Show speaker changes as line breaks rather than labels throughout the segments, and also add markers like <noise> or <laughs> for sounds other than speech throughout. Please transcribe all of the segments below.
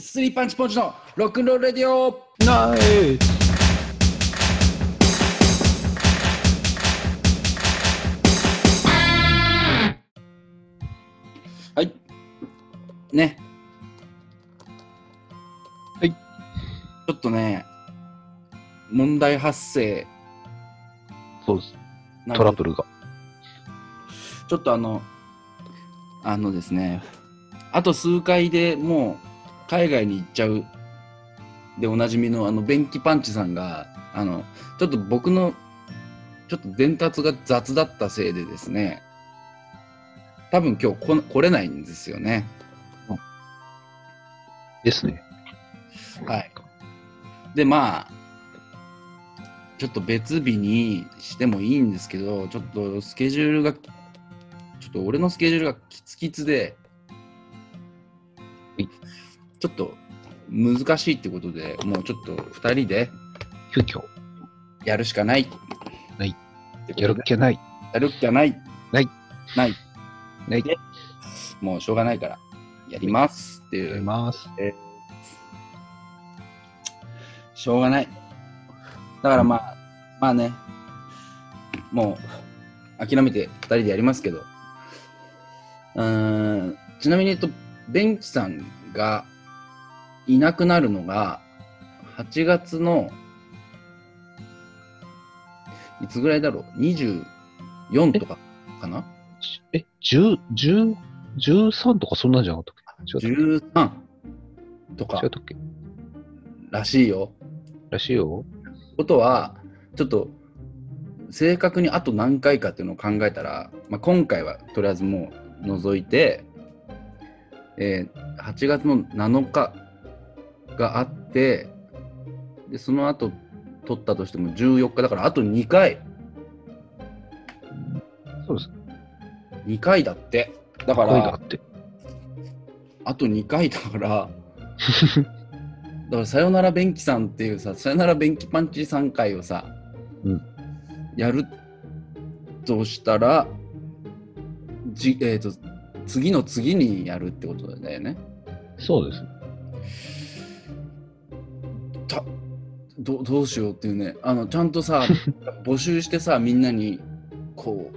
スリーパンチポンチのロックンロールレディオ
ナイス
はいね
はい
ちょっとね問題発生
そうです。
なん
ト
か
ラブルが。
ちょっとあのあのですねあと数回でもう海外に行っちゃうでおなじみのあの便器パンチさんがあのちょっと僕のちょっと伝達が雑だったせいでですね多分今日こ来れないんですよね
ですね。
はい。で、まあ、ちょっと別日にしてもいいんですけど、ちょっとスケジュールが、ちょっと俺のスケジュールがキツキツで
はい、
ちょっと難しいってことで、もうちょっと2人で
急遽、
やるしかない。
はい
ってことで。
やるっけない。
やるっきゃない。
ない。
ない。
ない。
でもうしょうがないから、やりますって
や
い
り
う。
ます。
しょうがない。だからまあ、まあね、もう諦めて2人でやりますけど、うーん、ちなみに言うと、ベンチさんがいなくなるのが、8月の、いつぐらいだろう、24とかかな
え、10、10、13とかそんなんじゃなかったっけ違った
?13 とか
違ったっけ
らしいよ。
らしいよ。
ことはちょっと正確にあと何回かっていうのを考えたら、まあ、今回はとりあえずもう除いて、えー8月の7日があってでその後取ったとしても14日だからあと2回
そうです。
2回だってだか
声があ
ら
って。
あと2回だ
<laughs>
からだから「さよなら便器さん」っていうさ「さよなら便器パンチ3回」をさ、
うん
やるとしたらじ、えー、と次の次にやるってことだよね。
そうです。
たどどうしようっていうねあのちゃんとさ
<laughs>
募集してさみんなにこう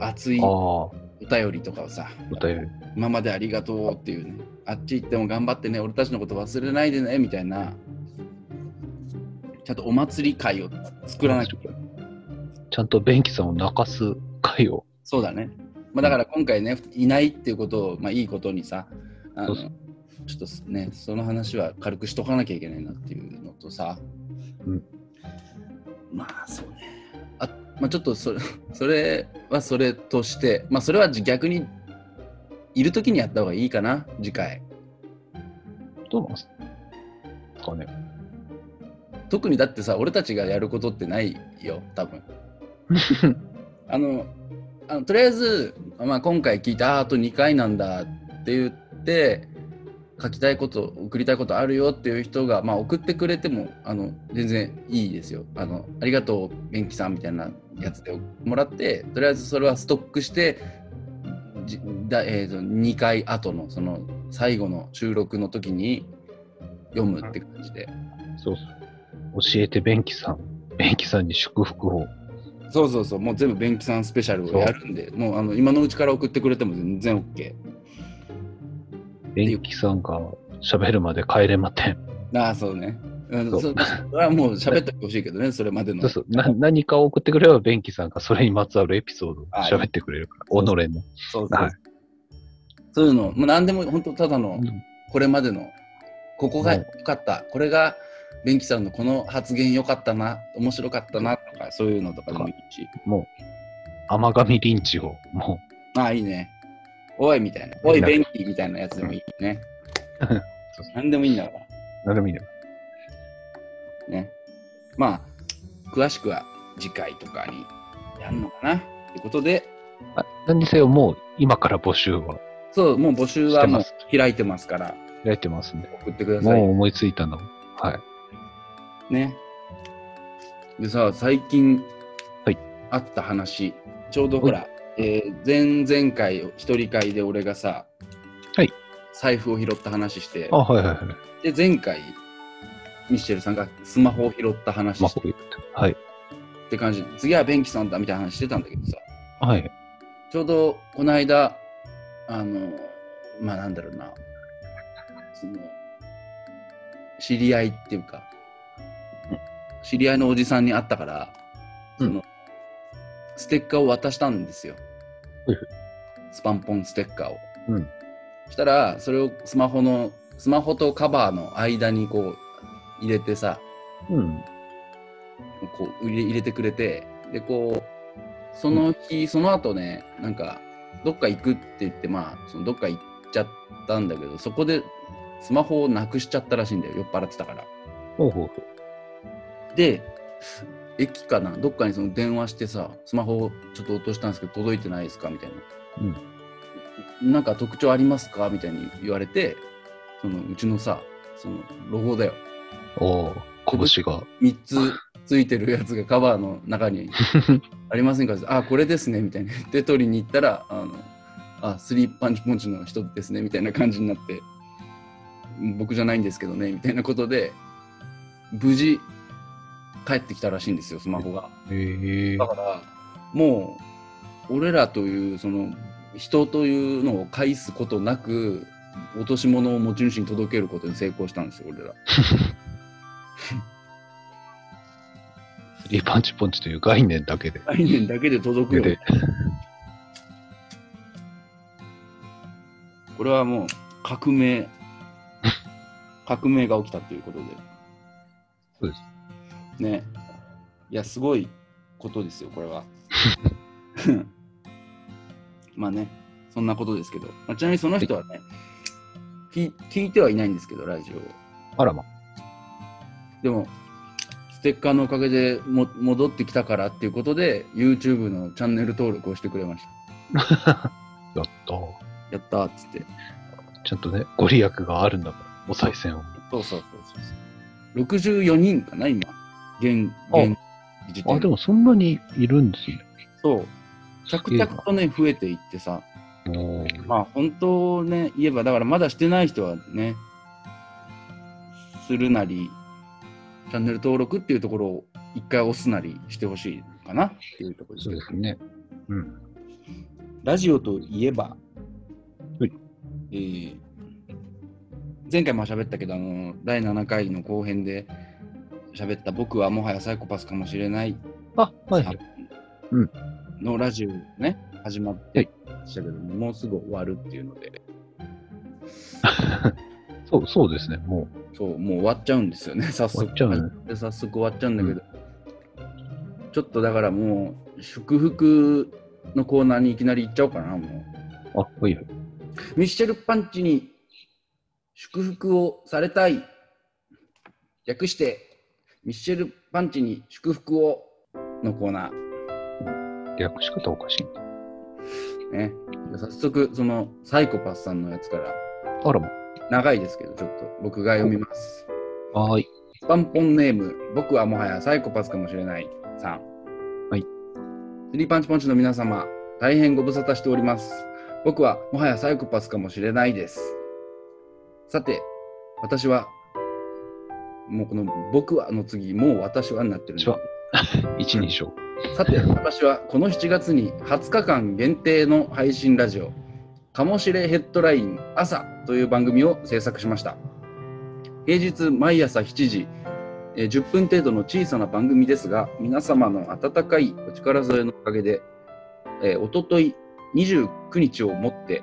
熱い
ああ、
お
お
便りとかをさ
便り。
今までありがとうっていうねあっち行っても頑張ってね俺たちのこと忘れないでねみたいなちゃんとお祭り会を作らなきゃいけない
ちゃんと便器さんを泣かす会を。
そうだね、まあ、だから今回ねいないっていうことを、まあ、いいことにさあの
そうそ
ちょっとねその話は軽くしとかなきゃいけないなっていうのとさ、
うん
まあそうねあ、まあ、ちょっとそれ <laughs> それはそれとしてまあそれは逆にいる時にやった方がいいかな次回。
どうなんですかね。
特にだってさ俺たちがやることってないよ多分あのあのとりあえず、まあ、今回聞いたあーあと2回なんだって言って書きたいこと送りたいことあるよっていう人が、まあ、送ってくれてもあの全然いいですよあのありがとう元気さんみたいなやつでもらってとりあえずそれはストックしてじだ、えー、と2回後のその最後の収録の時に読むって感じで。
そうそう。教えて便器さん。便器さんに祝福を。
そうそうそう、もう全部便器さんスペシャルをやるんで、もうあの今のうちから送ってくれても全然 OK。
便器さんが喋るまで帰れません。
ああ、そうね。うん、
そ
そうそれはもう喋ってほしいけどね、それまでの。
そうそうな何かを送ってくれれば、便器さんがそれにまつわるエピソードを
はい
喋ってくれるから、己
そう
の。
そうそう
はい
そういうの、もう何でも本当ただの
うん
これまでの、ここが
うん
良かった、これが便器さんのこの発言良かったな、面白かったなとか、そういうのとかでもいいし。
甘神リンチを、もう、
ああ、いいね。おいみたいな。おい、便器みたいなやつでもいい
<laughs>
ね。何でもいいんだから。
何でもいいね。
ね。まあ、詳しくは次回とかにやるのかな。ということで、
あ何にせよ、もう今から募集は
そう、もう募集はもう
して
開いてますから、
開いてますんで、
送ってくだ
も
さ
う
い。
思いついたの。はい。
ね。でさ最近、
はい
あった話ちょうどほら、えー前々回一人会で俺がさ、
はい
財布を拾った話して
あ、はいはいはい。
で前回ミシェルさんがスマホを拾った話
まあ、
して
こういうはい。
って感じで次はベンキさんだみたいな話してたんだけどさ
はい。
ちょうどこの間あのまあなんだろうなその知り合いっていうか
うん
知り合いのおじさんに会ったからその、
うん
ステッカーを渡したんですよ
はいはい
スパンポンステッカーを
うん。
したらそれをスマホのスマホとカバーの間にこう入れてさ
うん。
こう入れ入れてくれてでこうその日、その後ねなんかどっか行くって言ってまあそのどっか行っちゃったんだけどそこでスマホをなくしちゃったらしいんだよ酔っ払ってたから
ほうほうほ
で駅かなどっかにその電話してさスマホをちょっと落としたんですけど届いてないですかみたいな、なんか特徴ありますかみたいに言われてそのうちのさそのロゴだよ
う。おお、拳が。
3つついてるやつがカバーの中 <laughs> にありませんかあ、これですね、みたいな。で、取りに行ったら、あの、あ、スリーパンチポンチの人ですね、みたいな感じになって、僕じゃないんですけどね、みたいなことで、無事、帰ってきたらしいんですよ、スマホが。
へえ
だ。から、もう、俺らという、その、人というのを介すことなく、落とし物を持ち主に届けることに成功したんですよ、俺ら。
スリーパンチポンチという概念だけで。
<laughs> 概念だけで届くように
で、
これはもう革
<laughs>
命革命が起きたということで
そうです。
ねいやすごいことですよこれは <laughs> まあねそんなことですけど、まあ、ちなみにその人はね聞聞いてはいないんですけどラジオを
あらま。
でもステッカーのおかげでも戻ってきたからっていうことで YouTube のチャンネル登録をしてくれました
やった。
やったーっつって
ちゃんとね、ご利益があるんだから、お賽銭を。
そうそうそうそうそう。64人かな、今。現、
あ
現時点
あ、でもそんなにいるんですね。
そう。着々とね、増えていってさ。
おお。
まあ、本当ね、言えば、だからまだしてない人はね、するなり、チャンネル登録っていうところを一回押すなりしてほしいかなっていうところです
そう
け
で
ど。
すね。うん。
ラジオといえば、
はい
えー前回も喋ったけどあの第7回の後編で喋った「僕はもはやサイコパスかもしれない
あ、はいはい。」うん
のラジオね始まっ
は
て
い
ましたけども、もうすぐ終わるっていうので
そう、そうですね。もう、
そうもう終わっちゃうんですよね早速
終わっちゃうね
で早速終わっちゃうんだけど、ちょっとだからもう祝福のコーナーにいきなり行っちゃおうかなもう。
あ、はいはい。
ミッシェルパンチに祝福をされたい。略して、ミッシェルパンチに祝福をのコーナ
略し方おかしいんだ。
ー。ね、早速、そのサイコパスさんのやつから、
あらま。
長いですけど、ちょっと僕が読みます。
はーい。
スパンポンネーム、僕はもはやサイコパスかもしれないさん。
はい。
スリーパンチポンチの皆様、大変ご無沙汰しております。僕はもはやサイコパスかもしれないです。さて、私は、もうこの僕はの次、もう私はになってるんだ
私は <laughs> 一人称。
さて、私はこの7月に20日間限定の配信ラジオ、かもしれヘッドライン朝という番組を制作しました。平日毎朝7時、えー10分程度の小さな番組ですが、皆様の温かいお力添えのおかげで、えー、おととい29日をもって、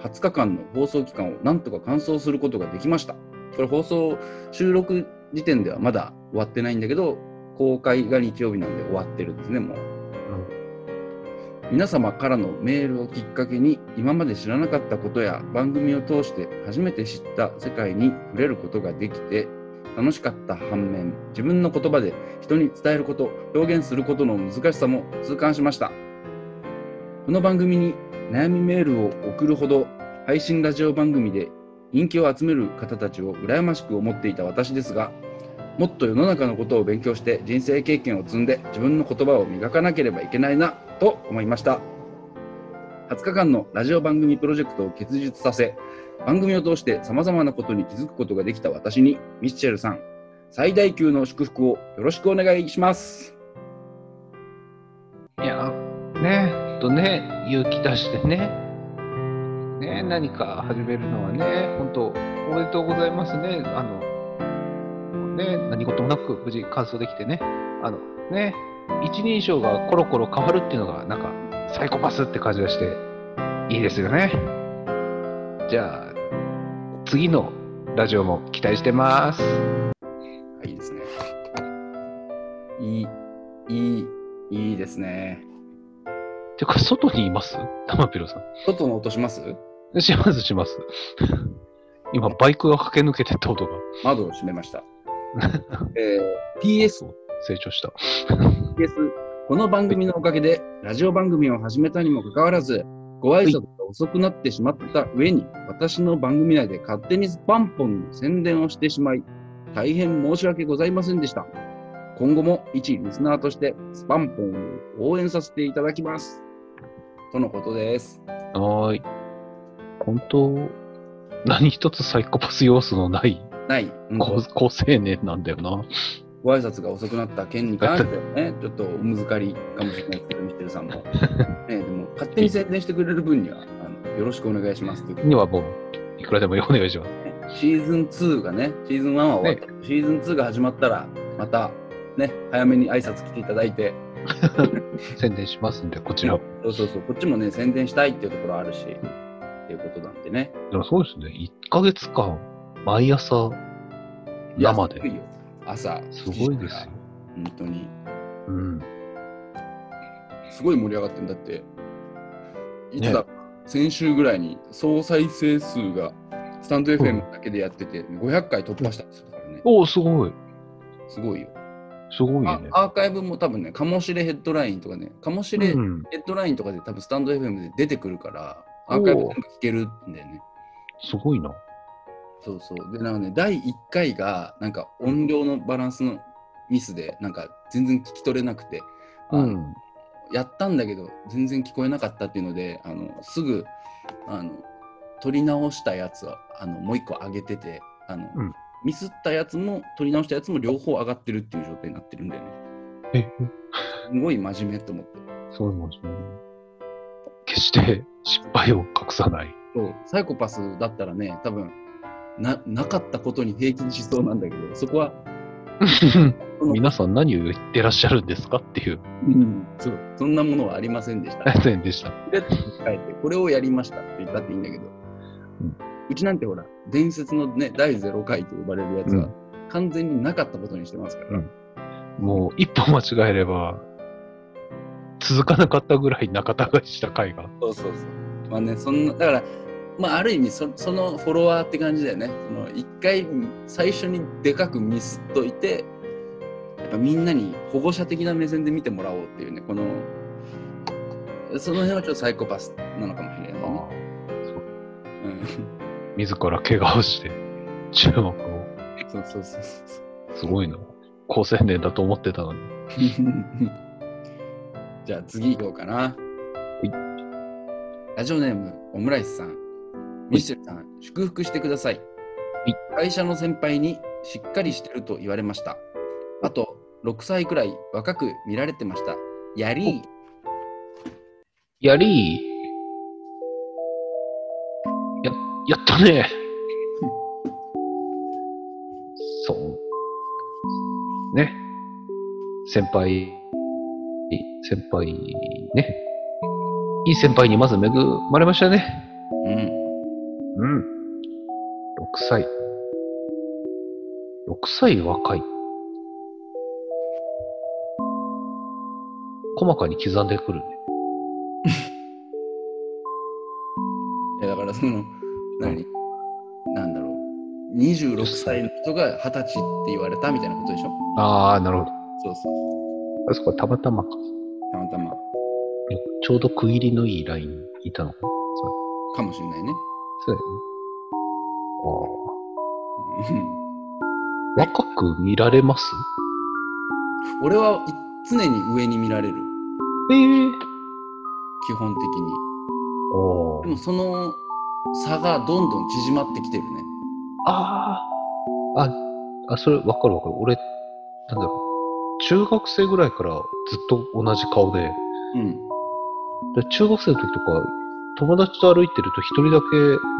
20日間の放送期間をなんとか完走することができました。これ放送収録時点ではまだ終わってないんだけど、公開が日曜日なんで終わってるんですね、もう。皆様からのメールをきっかけに今まで知らなかったことや番組を通して初めて知った世界に触れることができて楽しかった反面自分の言葉で人に伝えること表現することの難しさも痛感しましたこの番組に悩みメールを送るほど配信ラジオ番組で人気を集める方たちを羨ましく思っていた私ですがもっと世の中のことを勉強して人生経験を積んで自分の言葉を磨かなければいけないなと思いました20日間のラジオ番組プロジェクトを結実させ番組を通してさまざまなことに気づくことができた私にミッチェルさん最大級の祝福をよろしくお願いします
いや、ね、ほんとね、勇気出してね、ね、何か始めるのはね、本当おめでとうございますね。あの、ね、何事もなく無事完走できてね、あの、ね、一人称がコロコロ変わるっていうのが、なんか、サイコパスって感じがして、いいですよね。じゃあ、次のラジオも期待してます。
はいいいですねいいいいいいですね
てか、外にいます玉ピロさん。
外の音します
<laughs> しますします。今、バイクが駆け抜けてった音が。
窓を閉めました、えー、PS
成長した。
です。この番組のおかげで、ラジオ番組を始めたにもかかわらず、ご挨拶が遅くなってしまった上に、私の番組内で勝手にスパンポンの宣伝をしてしまい、大変申し訳ございませんでした。今後も一リスナーとして、スパンポンを応援させていただきます。とのことです。
はーい。本当、何一つサイコパス要素のない
ない、うん
高
と
高青年なんだよな。
ご挨拶が遅くなった件に関してはね、ちょっとお難かりかもしれないですけど、ミステルさんも。ね、でも、勝手に宣伝してくれる分には、あのよろしくお願いしますという
にはもう、いくらでもお願いします。
シーズン2がね、シーズン1は終わった、シーズン2が始まったら、またね、早めに挨拶来ていただいて、
宣伝しますんで、こちら。
そうそうそう、こっちもね、宣伝したいっていうところあるし、っていうことなんでね。
でもそうですね。1ヶ月間、毎朝、生で
いやすご。いよ朝、
すごいですよ。
本当に。
うん。
すごい盛り上がってんだって、いつだ、先週ぐらいに総再生数が、スタンド FM だけでやってて、500回突破したんですよ、だからね。
おお、すごい。
すごいよ。
すごい
あ
よね。
アーカイブも多分ね、かもしれヘッドラインとかね、かもしれ
うん、
ヘッドラインとかで多分スタンド FM で出てくるから、アーカイブ全部聞けるんだよね。
すごいな。
そうそう。で、なんかね、第1回が、なんか音量のバランスのミスで、なんか全然聞き取れなくて、あの
うん。
やったんだけど、全然聞こえなかったっていうので、あのすぐあの、取り直したやつはあのもう一個上げてて、あの
うん
ミスったやつも取り直したやつも両方上がってるっていう状態になってるんだよね。
え、え
すごい真面目と思って。
そうなんですね。決して失敗を隠さない。
そうサイコパスだったらね、多分ななかったことに平均しそうなんだけど、そこは、
<laughs>
その
皆さん何を言ってらっしゃるんですかっていう <laughs>
うん、そうそんなものはありませんでした。
宣伝でした。
で書いて、これをやりましたって言ったっていいんだけど、う
うん
ちなんてほら、伝説のね、第0回と呼ばれるやつは、完全になかったことにしてますから、
うんもう一歩間違えれば、続かなかったぐらい仲違いした回が。
そうそうそう。まあね、そんな、だから、まあ、ある意味そ、そのフォロワーって感じだよね。その一回、最初にでかくミスっといて、やっぱみんなに保護者的な目線で見てもらおうっていうね、この、その辺はちょっとサイコパスなのかもしれないね。
そう
うん、
自ら怪我をして、注目を。
<laughs> そうそうそうそう。
すごいな。高青年だと思ってたのに。
<laughs> じゃあ次行こうかな。
い
ラジオネーム、オムライスさん。ミシェルさん、祝福してください。
い
会社の先輩にしっかりしてると言われました。あと、6歳くらい若く見られてました。やりー
やりーや、やったねそう。ね。先輩、先輩、ね。いい先輩にまず恵まれましたね。
うん。
うん。6歳。6歳若い。細かに刻んでくるね。
いやだからその、何、なんだろう。26歳の人が20歳って言われたみたいなことでしょ
ああ、なるほど。
そうそう。
あそこはたまたまか。
たまたま
ちょうど区切りのいいラインいたのかな
かもしれないね。
そうだよ
う
ね。
ん
若く見られます
俺はい常に上に見られる
ええ
基本的に
お
でもその差がどんどん縮まってきてるね
ああ。あ、あ、それわかるわかる。俺、なんだろう。中学生ぐらいからずっと同じ顔で。
うん
で中学生の時とか、友達と歩いてると一人だけ、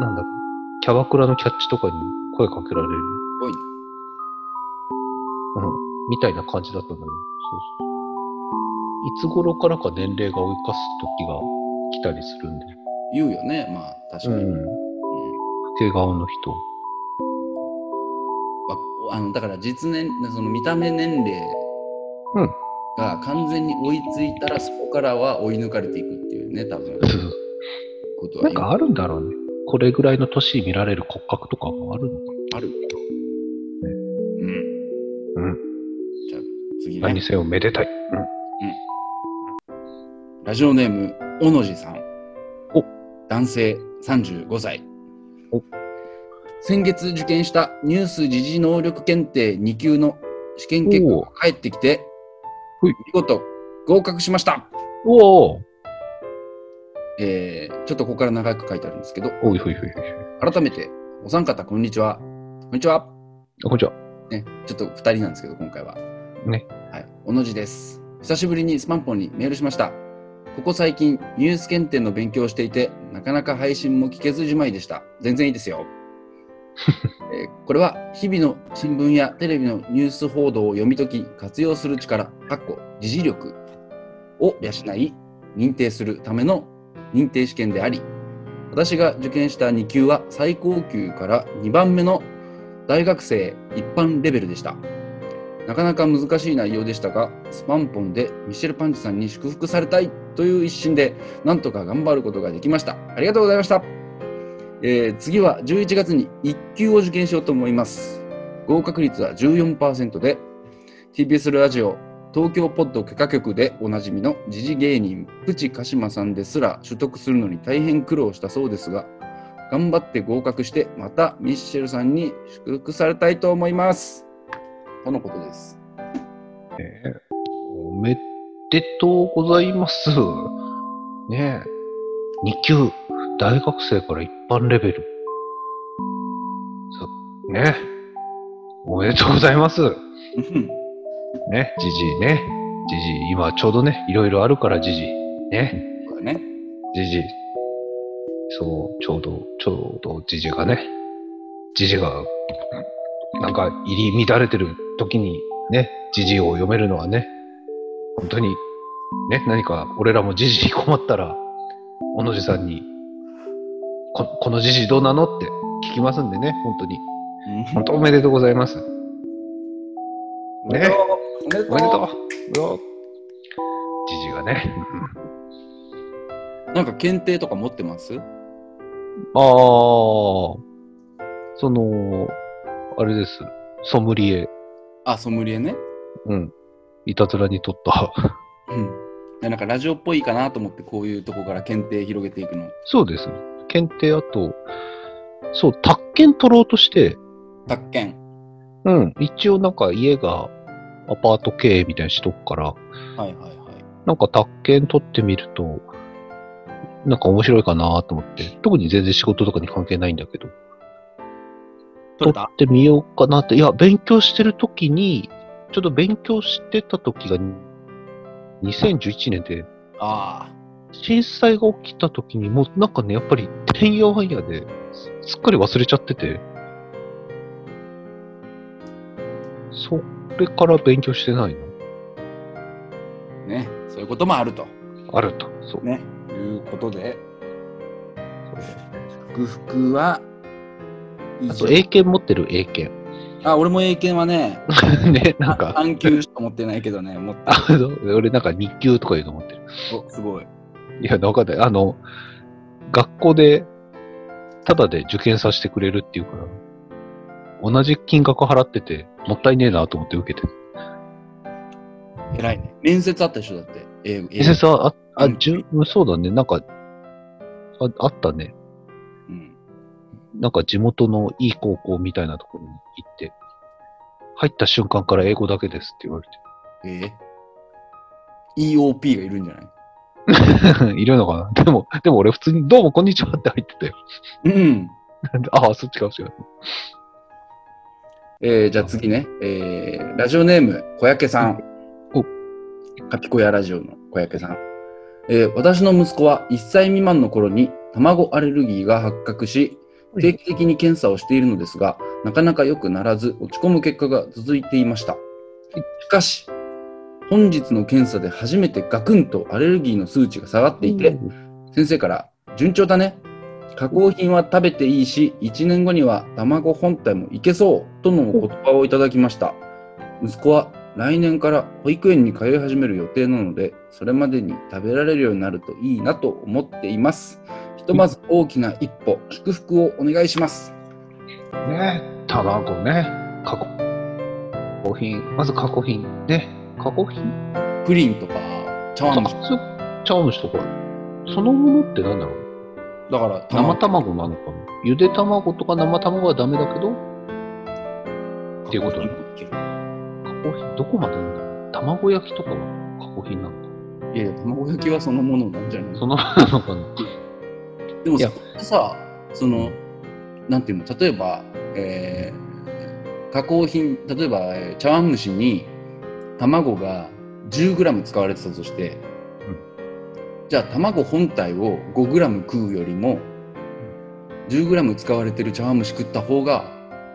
なんだろう。キャバクラのキャッチとかに声かけられる。
おい
うん。みたいな感じだったんだけど。そうそう。いつ頃からか年齢が追い越す時が来たりするんで。
言うよねまあ確かに、うん。
老け顔の人。
わあのだから実年その見た目年齢
うん
が完全に追いついたらそこからは追い抜かれていくっていうね多分
そうそう
こと
な
は
んかあるんだろうね。これぐらいの年見られる骨格とかもあるのか
あるうん
な。うん。
じゃあ次
何
ね
にせよめでたい。
ラジオネームおのじさん
お
男性35歳
お
先月受験したニュース時事能力検定2級の試験結果が返ってきて
ほい
見事合格しました
おお
えーちょっとここから長く書いてあるんですけど
おいほいほいほい。
改めてお三方こんにちはこんにちは
あ、こんにちは。
ね、ちょっと2人なんですけど、今回は。
ね。
はい、おのじです。久しぶりにスマンポンにメールしました。ここ最近、ニュース検定の勉強をしていて、なかなか配信も聞けずじまいでした。全然いいですよ。えーこれは、日々の新聞やテレビのニュース報道を読み解き、活用する力、かっこ、自持力を養い、認定するための認定試験であり、私が受験した2級は最高級から2番目の大学生一般レベルでしたなかなか難しい内容でしたがスパンポンでミシェルパンチさんに祝福されたいという一心でなんとか頑張ることができましたありがとうございました、えー次は11月に1級を受験しようと思います合格率は14%で TBS ラジオ東京ポッド許可局でおなじみの時事芸人プチ鹿島さんですら取得するのに大変苦労したそうですが頑張って合格してまたミッシェルさんに祝福されたいと思いますとのことです
えーおめでとうございます。ねえ。2級、大学生から一般レベル。そう。ねえ。おめでとうございます。ね、じじいね。じじい、今ちょうどね、いろいろあるからじじい。ね。
そうだね
じじい。そう、ちょうど、ちょうどじじがね、じじが、なんか入り乱れてる時にね、じじを読めるのはね、本当に、ね、何か俺らもじじに困ったら、小野寺さんに、ここのじじどうなのって聞きますんでね、本当に。本当おめでとうございます。ね。
おめでとう
おめでとう。うおじじがね。
なんか検定とか持ってます
ああ、その、あれです。ソムリエ。
あソムリエね
うん。いたずらに取った。 <laughs>
うんでなんかラジオっぽいかなと思ってこういうとこから検定広げていくの
そうです。検定あと、そう、宅建取ろうとして、
宅建
うん。一応なんか家がアパート経営みたいにしとくから、
はいはいはい
なんか宅建取ってみると、なんか面白いかなと思って。特に全然仕事とかに関係ないんだけど。
取
取
れた
ってみようかなって。いや、勉強してるときに、ちょっと勉強してたときが、2011年で、
あ
震災が起きたときに、もうなんかね、やっぱり、てんやわんやで、すすっかり忘れちゃってて、それから勉強してないの。
あねそういうこともあると
あると。そう。
ねいうことで祝福は以
あ
上
と、英検持ってる英検。 <laughs>
あ俺も英検はね
ね、な
<laughs>
んか。
3級しか持ってないけどね持って
あの、俺なんか日給とかいうの持ってる。
おすごい
いや、わかんない。あの、学校で、ただで受験させてくれるっていうから、同じ金額払ってて、もったいねえなと思って受けて。
偉いね。面接あった人だって。英語。英
え、
語
先生、あ、
う
あ、
ん
じゅ、そうだね。なんか、ああったね。
うん。
なんか地元のいい高校みたいなところに行って、入った瞬間から英語だけですって言われ
ええ EOP がいるんじゃない
て。 <laughs> いるのかなでも、でも俺普通にどうもこんにちはって入って <laughs> たよ。
うん。
ああ、そっちかもしれない。
えー、じゃあ次ね、えー、ラジオネーム、小焼さん。
お
かき小屋ラジオの小焼さん。えー、私の息子は1歳未満の頃に卵アレルギーが発覚し、定期的に検査をしているのですが、なかなか良くならず、落ち込む結果が続いていました。しかし、本日の検査で初めてガクンとアレルギーの数値が下がっていて、先生から「順調だね加工品は食べていいし1年後には卵本体もいけそう」とのお言葉をいただきました息子は来年から保育園に通い始める予定なのでそれまでに食べられるようになるといいなと思っていますひとまず大きな一歩祝福をお願いします
ね、卵ね、加工加工品、まず加工品ね、加工品
プリンとか茶碗蒸し
そう茶碗蒸しとか、そのものってなんだろう
だから
生
卵
卵なのかなゆで卵とか生卵はダメだけど、っていうこと
加工品いける
加工品、どこまでなんだろう卵焼きとかは加工品なのか
いやいや卵焼きはそのものなんじゃない
なそのなのかな
でも
い
さ
や
さそのなんていうの例えば、えー加工品例えば、えー茶碗蒸しに卵が 10g 使われてたとして、じゃあ卵本体を 5g 食うよりも 10g 使われてる茶碗蒸し食った方が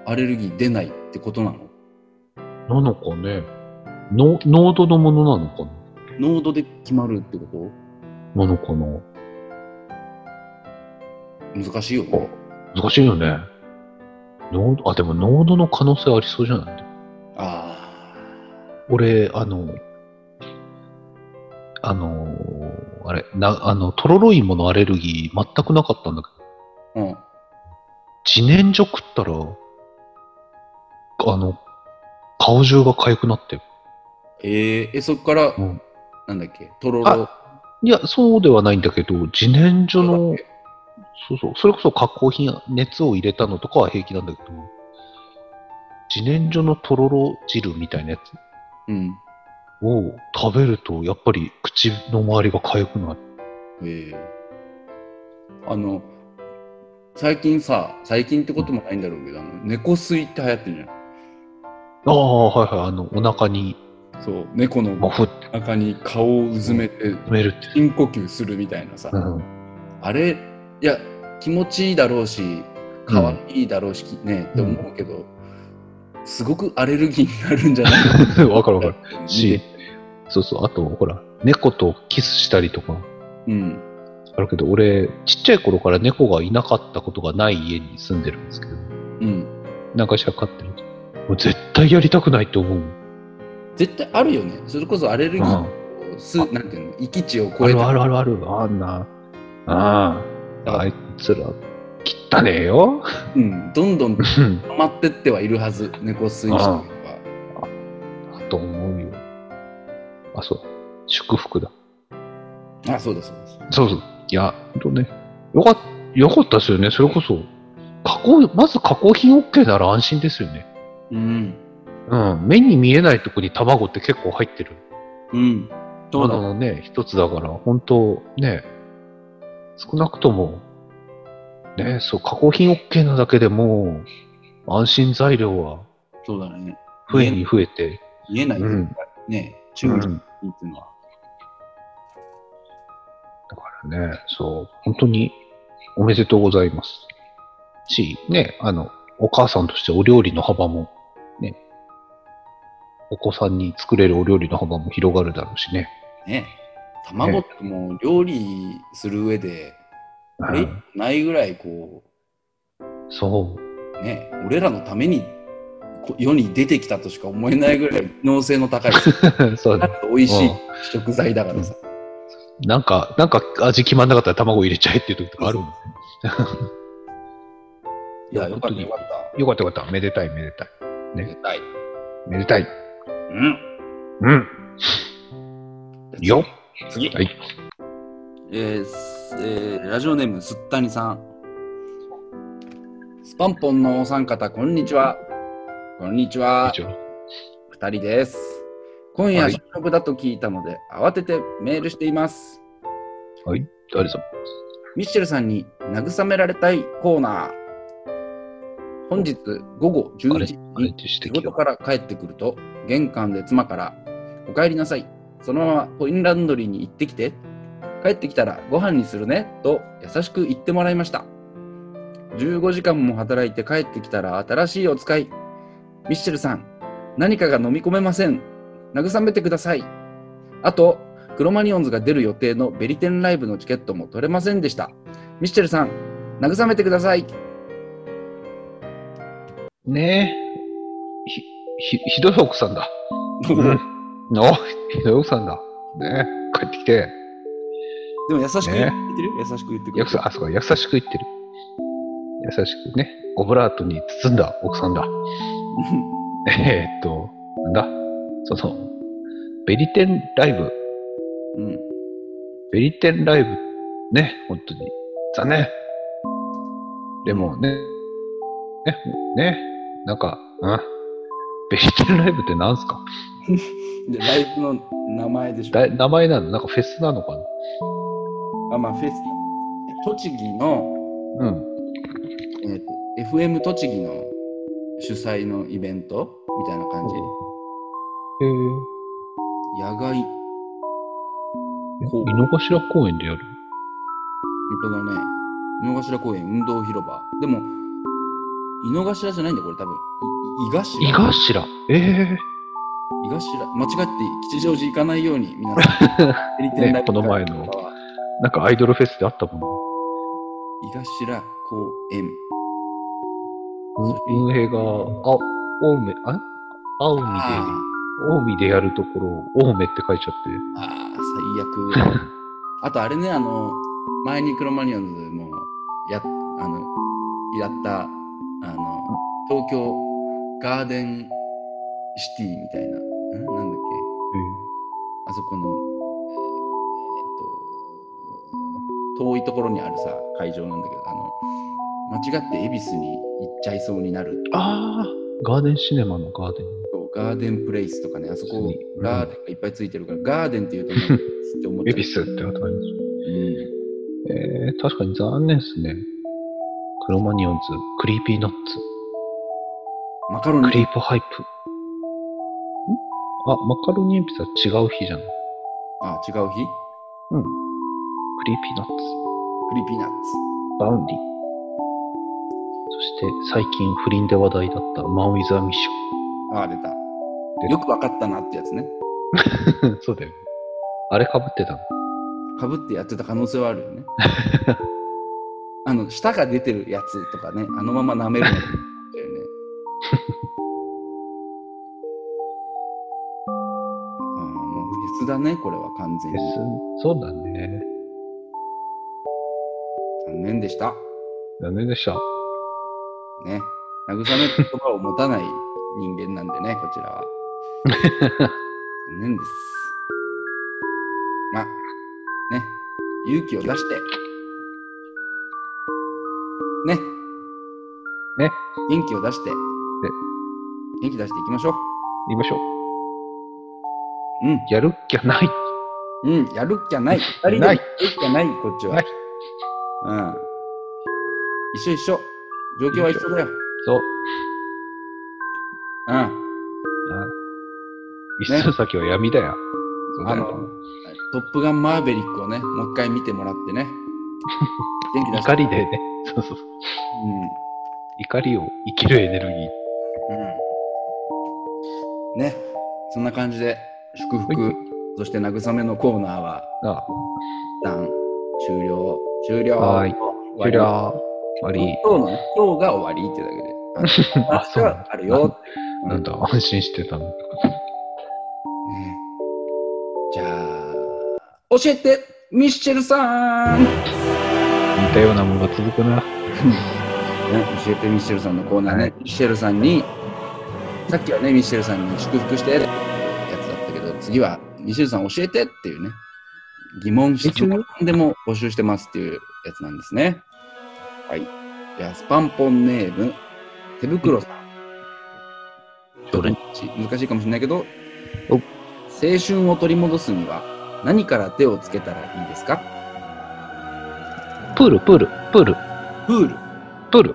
アレルギー出ないってことなの
なのかねの濃度のものなのかな
濃度で決まるってこ
なのかな
と難しいよね
難しいよね。濃度、あ、でも濃度の可能性ありそうじゃない
あ
俺、あの、あの、あれ、な、あの、とろろ芋のアレルギー全くなかったんだけど、
あうん
自然薯食ったら、あの、顔中が痒くなって。
えーえそこから、
うん
なんだっけとろろ
いや、そうではないんだけど、自然薯
そうだ
の
っけ、
そうそう、それこそ加工品、熱を入れたのとかは平気なんだけど、自然薯のとろろ汁みたいなやつ
うん
を食べると、やっぱり口の周りが痒くなる。
ええあの最近さ最近ってこともないんだろうけどあの猫吸いって流行ってるじゃ
ああ、はいはい、あの、お腹に、
んそう猫の
まあ、ふっ
中に顔をうずめて
埋めるって。
深呼吸するみたいなさ、
うん。
あれいや気持ちいいだろうし可愛いだろうし、ねって思うけど、すごくアレルギーになるんじゃないか
<laughs> わかるわかる。
る
し、そうそう、あと、ほら、猫とキスしたりとか、
うん
あるけど、俺、ちっちゃい頃から猫がいなかったことがない家に住んでるんですけど、
うん
なんかしら飼ってると。もう絶対やりたくないと思うもん。
絶対あるよねそれこそアレルギ
う
ー
ん
をす、なんていうの域値を
あ
超え
る
た
あるあるある、あんな。ああ、あいつら、汚ねえよ。
うん、どんどん
うん
溜まってってはいるはず猫吸いして
ああ
は
だと思うよ。あ、そう。祝福だ。
あそうですそうです
そうそう。いや、ほんとね。よかった、よかったですよね。それこそ。加工、まず加工品 OK なら安心ですよね。
うん
うん。目に見えないとこに卵って結構入ってる。
うんそうだ
あのね、一つだから、本当ね、少なくとも、ね、そう、加工品 OK なだけでもう、安心材料は
そうだね
増えに増えて、
見えない、
うん
ね
う
注
ん。
意
だ
し
か
ていいっていうのは、
らね、そう、本当におめでとうございます。し、ね、あの、お母さんとしてお料理の幅も、ね、お子さんに作れるお料理の幅も広がるだろうしね。
ね卵ってもう料理する上で、
う
俺
ん
ないぐらいこ
そう。
うね俺らのためにこ世に出てきたとしか思えないぐらい機能性の
<laughs>
高い
そうね。
美味しい
うん
食材だからさ、
なんか、なんか味決まんなかったら卵入れちゃえっていう時とかあるもんね。
いやよか
本当
った
に
よかっ
よかったよかった。めでたい、めでたい。
た、
ね
はい
めでたい。
うん
うん。よ。
次
はい。
えーすえーラジオネームすったにさん。スパンポンのお三方、こんにちは。こんにち
こん
は
に。ちは
2人です。今夜
はい
収録だと聞いたので、慌ててメールしています。
ありがとう
ミッシェルさんに慰められたいコーナー。本日午後
ござ
11
い
時
ます。あれ、あれ
に
って指
仕
摘
事
を。
から帰ってくると、玄関で妻から、お帰りなさい。そのままコインランドリーに行ってきて。帰ってきたらご飯にするね。と優しく言ってもらいました。15時間も働いて帰ってきたら新しいお使い。ミッシェルさん、何かが飲み込めません。慰めてください。あと、クロマニオンズが出る予定のベリテンライブのチケットも取れませんでした。ミッシェルさん、慰めてください。
ねえ。ひ、ひ、ひどい奥さんだ。 <laughs> の、ひどい奥さんだ。ねえ。帰ってきて。
でも優し
く言って
る、優しく言って
やくさあ、そうか、優しく言ってる。優しくね、オブラートに包んだ奥さんだ。えーっと、なんだ、その、ベリテンライブ、
うん、
ベリテンライブ、ね、本当に、残念。でもね、ね、ね、なんか、うん、ベリテンライブってなんすか
でライブの名前でしょ
だ名前なのなんかフェスなのか
あ、まあ、フェス栃木の、
なうん。
えーと FM 栃木の主催のイベントみたいな感じ
へえ。
野外こう
井の頭公園でやる。
本当だね井の頭公園運動広場でも井の頭じゃないんだこれ多分い井頭
井頭ええ
井頭間違って吉祥寺行かないように皆さん
<laughs>
ベリテンライブ
この前のなんかアイドルフェスであったもん。
井頭公園
運営が、あ、青梅、あ青海
あ
で
ー、
青海でやるところを、青梅って書いちゃっ
ああ、
<laughs>
最悪。あとあれね、あの、前にクロマニオンズもや、あの、やった、あの、東京ガーデンシティみたいな、んなんだっけ、あそこの、えっと、遠いところにあるさ、会場なんだけど、あの、間違って恵比寿に行っちゃいそうになる
て。ああ、ガーデンシネマのガーデン。
と、ガーデンプレイスとかね、あそこ
うん
ガーデンがいっぱいついてるから、ガーデンっていうとなんか、って思っち
恵
ゃう
比。寿ってあったります。
うん
えー、確かに残念ですね。クロマニオンズ、クリーピーナッツ、
マカロニ
クリープハイプ。んあ、マカロニエンピスは違う日じゃない。
あ、違う日
クリーピーナッツ、
クリーピーナッツ。
バウンディ。そして最近不倫で話題だったマン・ウィザー・ミッシ
あ、出た。よくわかったなってやつね。
ョン。そうだよ。あれ被ってたの
かぶってやってた可能性はある
<laughs>
よね。あの、舌が出てるやつとかね、あのまま舐めるのだよね。
<laughs>
あーもうフェスだね、これは完全
フェ
に。
スそうだね。
残念でした。
残念でした。
ね。慰める言葉を持たない人間なんでね、 <laughs> こちらは。残念です。まあ、ね、勇気を出して、ね、
ね、
元気を出して、元気出していきましょう。
言いましょう。
うん、
やるっきゃない。
うん、やるっきゃない。二人でもや
ない
るっきゃない、こっちは。
ない
うん。一緒一緒。状況は一緒だよ。
そう。
うん。
あ一寸先は闇だよ。そうだ
あ
よ
の、トップガンマーベリックをね、もう一回見てもらってね。
<laughs>
元気出して。
怒りでね。そうそ
う
う。
ん。
怒りを生きるエネルギー。
うん。ね、そんな感じで、祝福、
はい
そして慰めのコーナーは、
あ
一旦終了、終了。
はい終
終
了。
了。
終わり。
今日のね、今日が終わりってだけで。
<laughs>
あ
あそう
あるよ。
な
うんん
だ、安心してたの。
ねじゃあ、教えて、ミッシェルさん、ね、
似たようなものが続くな。
教えてミッシェルさんのコーナーね、
はい
ミッシェルさんに、さっきはね、ミッシェルさんに祝福してってやつだったけど、次はミッシェルさん教えてっていうね、疑問、質問何でも募集してますっていうやつなんですね。はい。じゃあ、スパンポンネーム、手袋さん。どれ難しいかもしれないけど
お
青春を取り戻すには何から手をつけたらいいですか
プール、プール、プール、
プール
プール。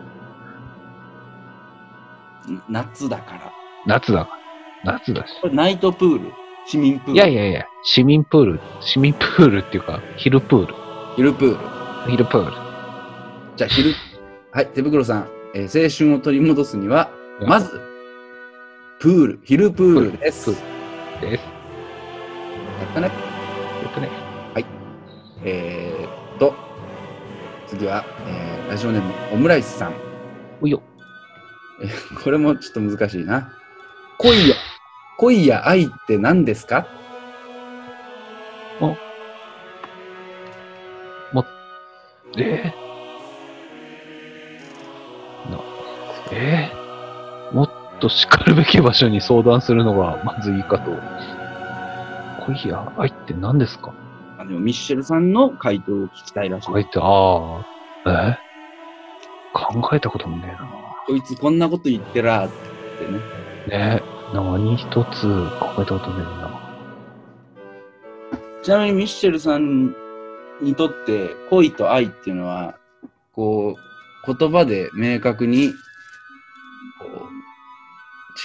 ん夏だから
夏だから。夏だし。
これナイトプール市民プール
いやいやいや、市民プール、市民プールっていうか、昼プール、
昼プール
昼プー
じゃあ昼はい手袋さん、えー青春を取り戻すには
ル。
まずプール昼プールです
プールです。
やったね
えっとね、
えー、っと次は、えーラジオネームオムライスさん
うよ。
これもちょっと難しいな。恋や、恋や愛って何ですか
えー、な、えー、もっと叱るべき場所に相談するのがまずいいかと。恋や愛って何ですか
あのミッシェルさんの回答を聞きたいらしい。
愛って、ああ、えー、考えたこともね
こいつこんなこと言ってらーってね。
えな。ね何一つ考えたことねえな。
ちなみにミッシェルさんにとって恋と愛っていうのは、こう、言葉で明確に、こう、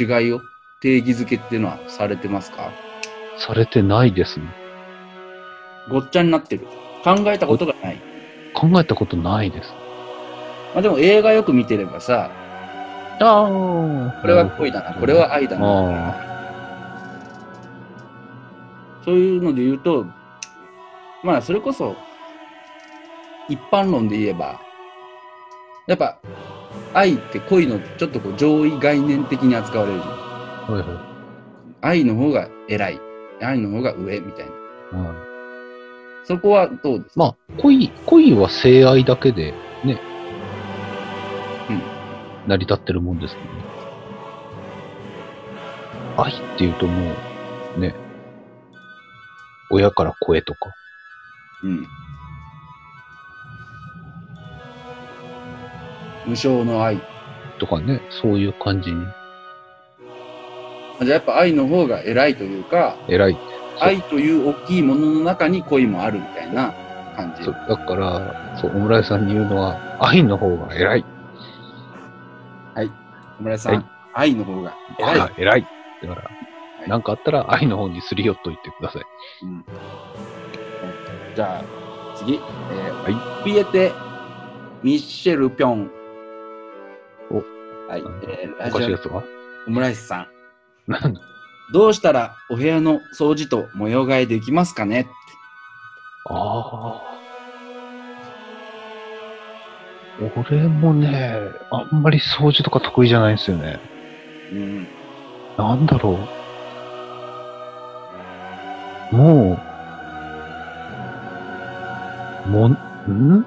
違いを定義づけっていうのはされてますか
されてないですね。
ごっちゃになってる。考えたことがない。
考えたことないです。
まあでも映画よく見てればさ、
ああ、
これは恋だな、これは愛だな。
ああ、
そういうので言うと、まあ、それこそ、一般論で言えば、やっぱ、愛って恋のちょっとこう上位概念的に扱われるじゃん。
はいは
愛の方が偉い。愛の方が上みたいな。
い。うん、
そこはどうですか
まあ、恋、恋は性愛だけで、ね。
うん。
成り立ってるもんですけどね。愛っていうともう、ね。親から声とか。
うん。無償の愛。
とかね、そういう感じに。
じゃあやっぱ愛の方が偉いというか、
偉い。
愛という大きいものの中に恋もあるみたいな感じ
そう。だから、そう、オムライスさんに言うのは、愛の方が偉い。
小村さん、
はい
愛の方が偉い。
あ偉い。だから
は、い
なんかあったら愛の方にすり寄っといてください。
うんじゃあ次、え
はい
ー、怯えてミッシェル・ピョン。
お
はい、えー、ラ
おか
ジ
しいや
オ
つは
オムライスさん。
なんだ
どうしたらお部屋の掃除と模様替えできますかね
ああ。俺もね、あんまり掃除とか得意じゃないんですよね。
うん。
なんだろう。もう、もん、ん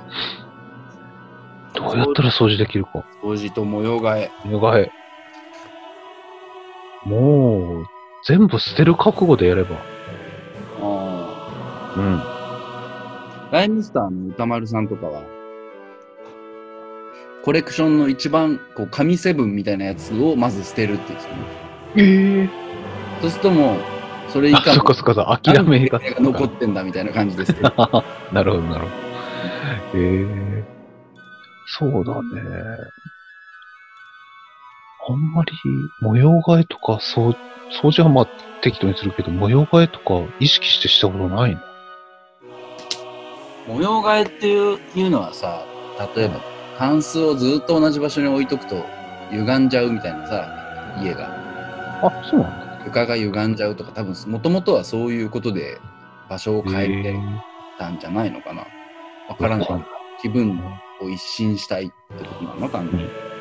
どうやったら掃除できるか。
掃除と模様替え。
お願い。もう、全部捨てる覚悟でやれば。
あ
うん。
ーライムスターの歌丸さんとかは、コレクションの一番こう紙セブンみたいなやつをまず捨てるって言うんですよね。
ええ
そうするともう、それ以
あ、
下
そっ
の
かそっかそっか、諦めが
なんで手が残ってんだみたいな感じですけど。
<laughs> なるほど、なるほど。ええそうだね。あんまり模様替えとか、そう、掃除はまあ適当にするけど、模様替えとか意識してしたことないの
模様替えっていういうのはさ例えばタンスをずっと同じ場所に置いとくと歪んじゃうみたいなさ家が
あ、そうなんだ。
床が歪んじゃうとか多分もともとはそういうことで場所を変え
え
てたんじゃないのかな、わからない
わかんな
気分を一新したいってことなのかな、
うんえ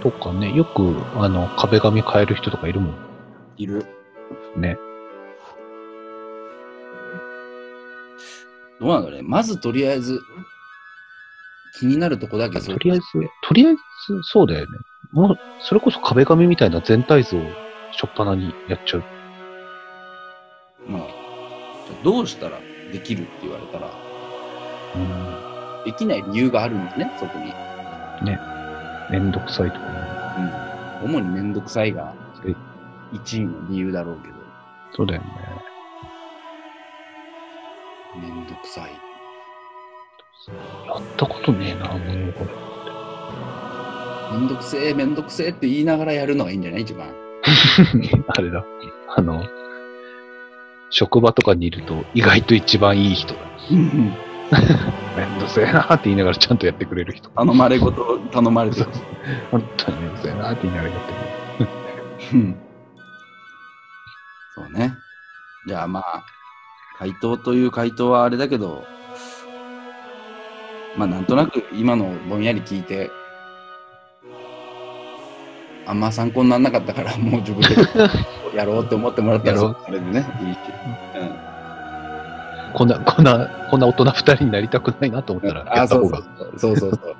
とかね、よく、あの、壁紙変える人とかいるもん。
いる
ね
どうなんだろうねまずとりあえず気になるとこだけ
とりあえず、とりあえず、そうだよね。もう、それこそ壁紙みたいな全体像を初っ端にやっちゃう。
まあじゃあどうしたらできるって言われたら
うん。
できない理由があるんだねそこに。
めんどくさいとかね。
うん主にめんどくさいが
え
1位の理由だろうけど、
そうだよね。
めんどくさい。
やったことねえな、もうこれ。
めんどくせえ、めんどくせえって言いながらやるのがいいんじゃない一番。
<laughs> あれだ。あの、職場とかにいると意外と一番いい人だ。めんどくせえなーって言いながらちゃんとやってくれる人。
頼まれごと頼まれてる。
本当にめんどくせえなーって言いながらやってくれる。
うんそうね。じゃあまあ、回答という回答はあれだけど、まあなんとなく今のぼんやり聞いて、あんま参考にならなかったから、もう自分でやろうって思ってもらったら、
やろう
それでね、いいし。
こんな、こんな、こんな大人二人になりたくないなと思っ
うん
たら、やった
そ
方
う
が。
そうそう。そうそうそう。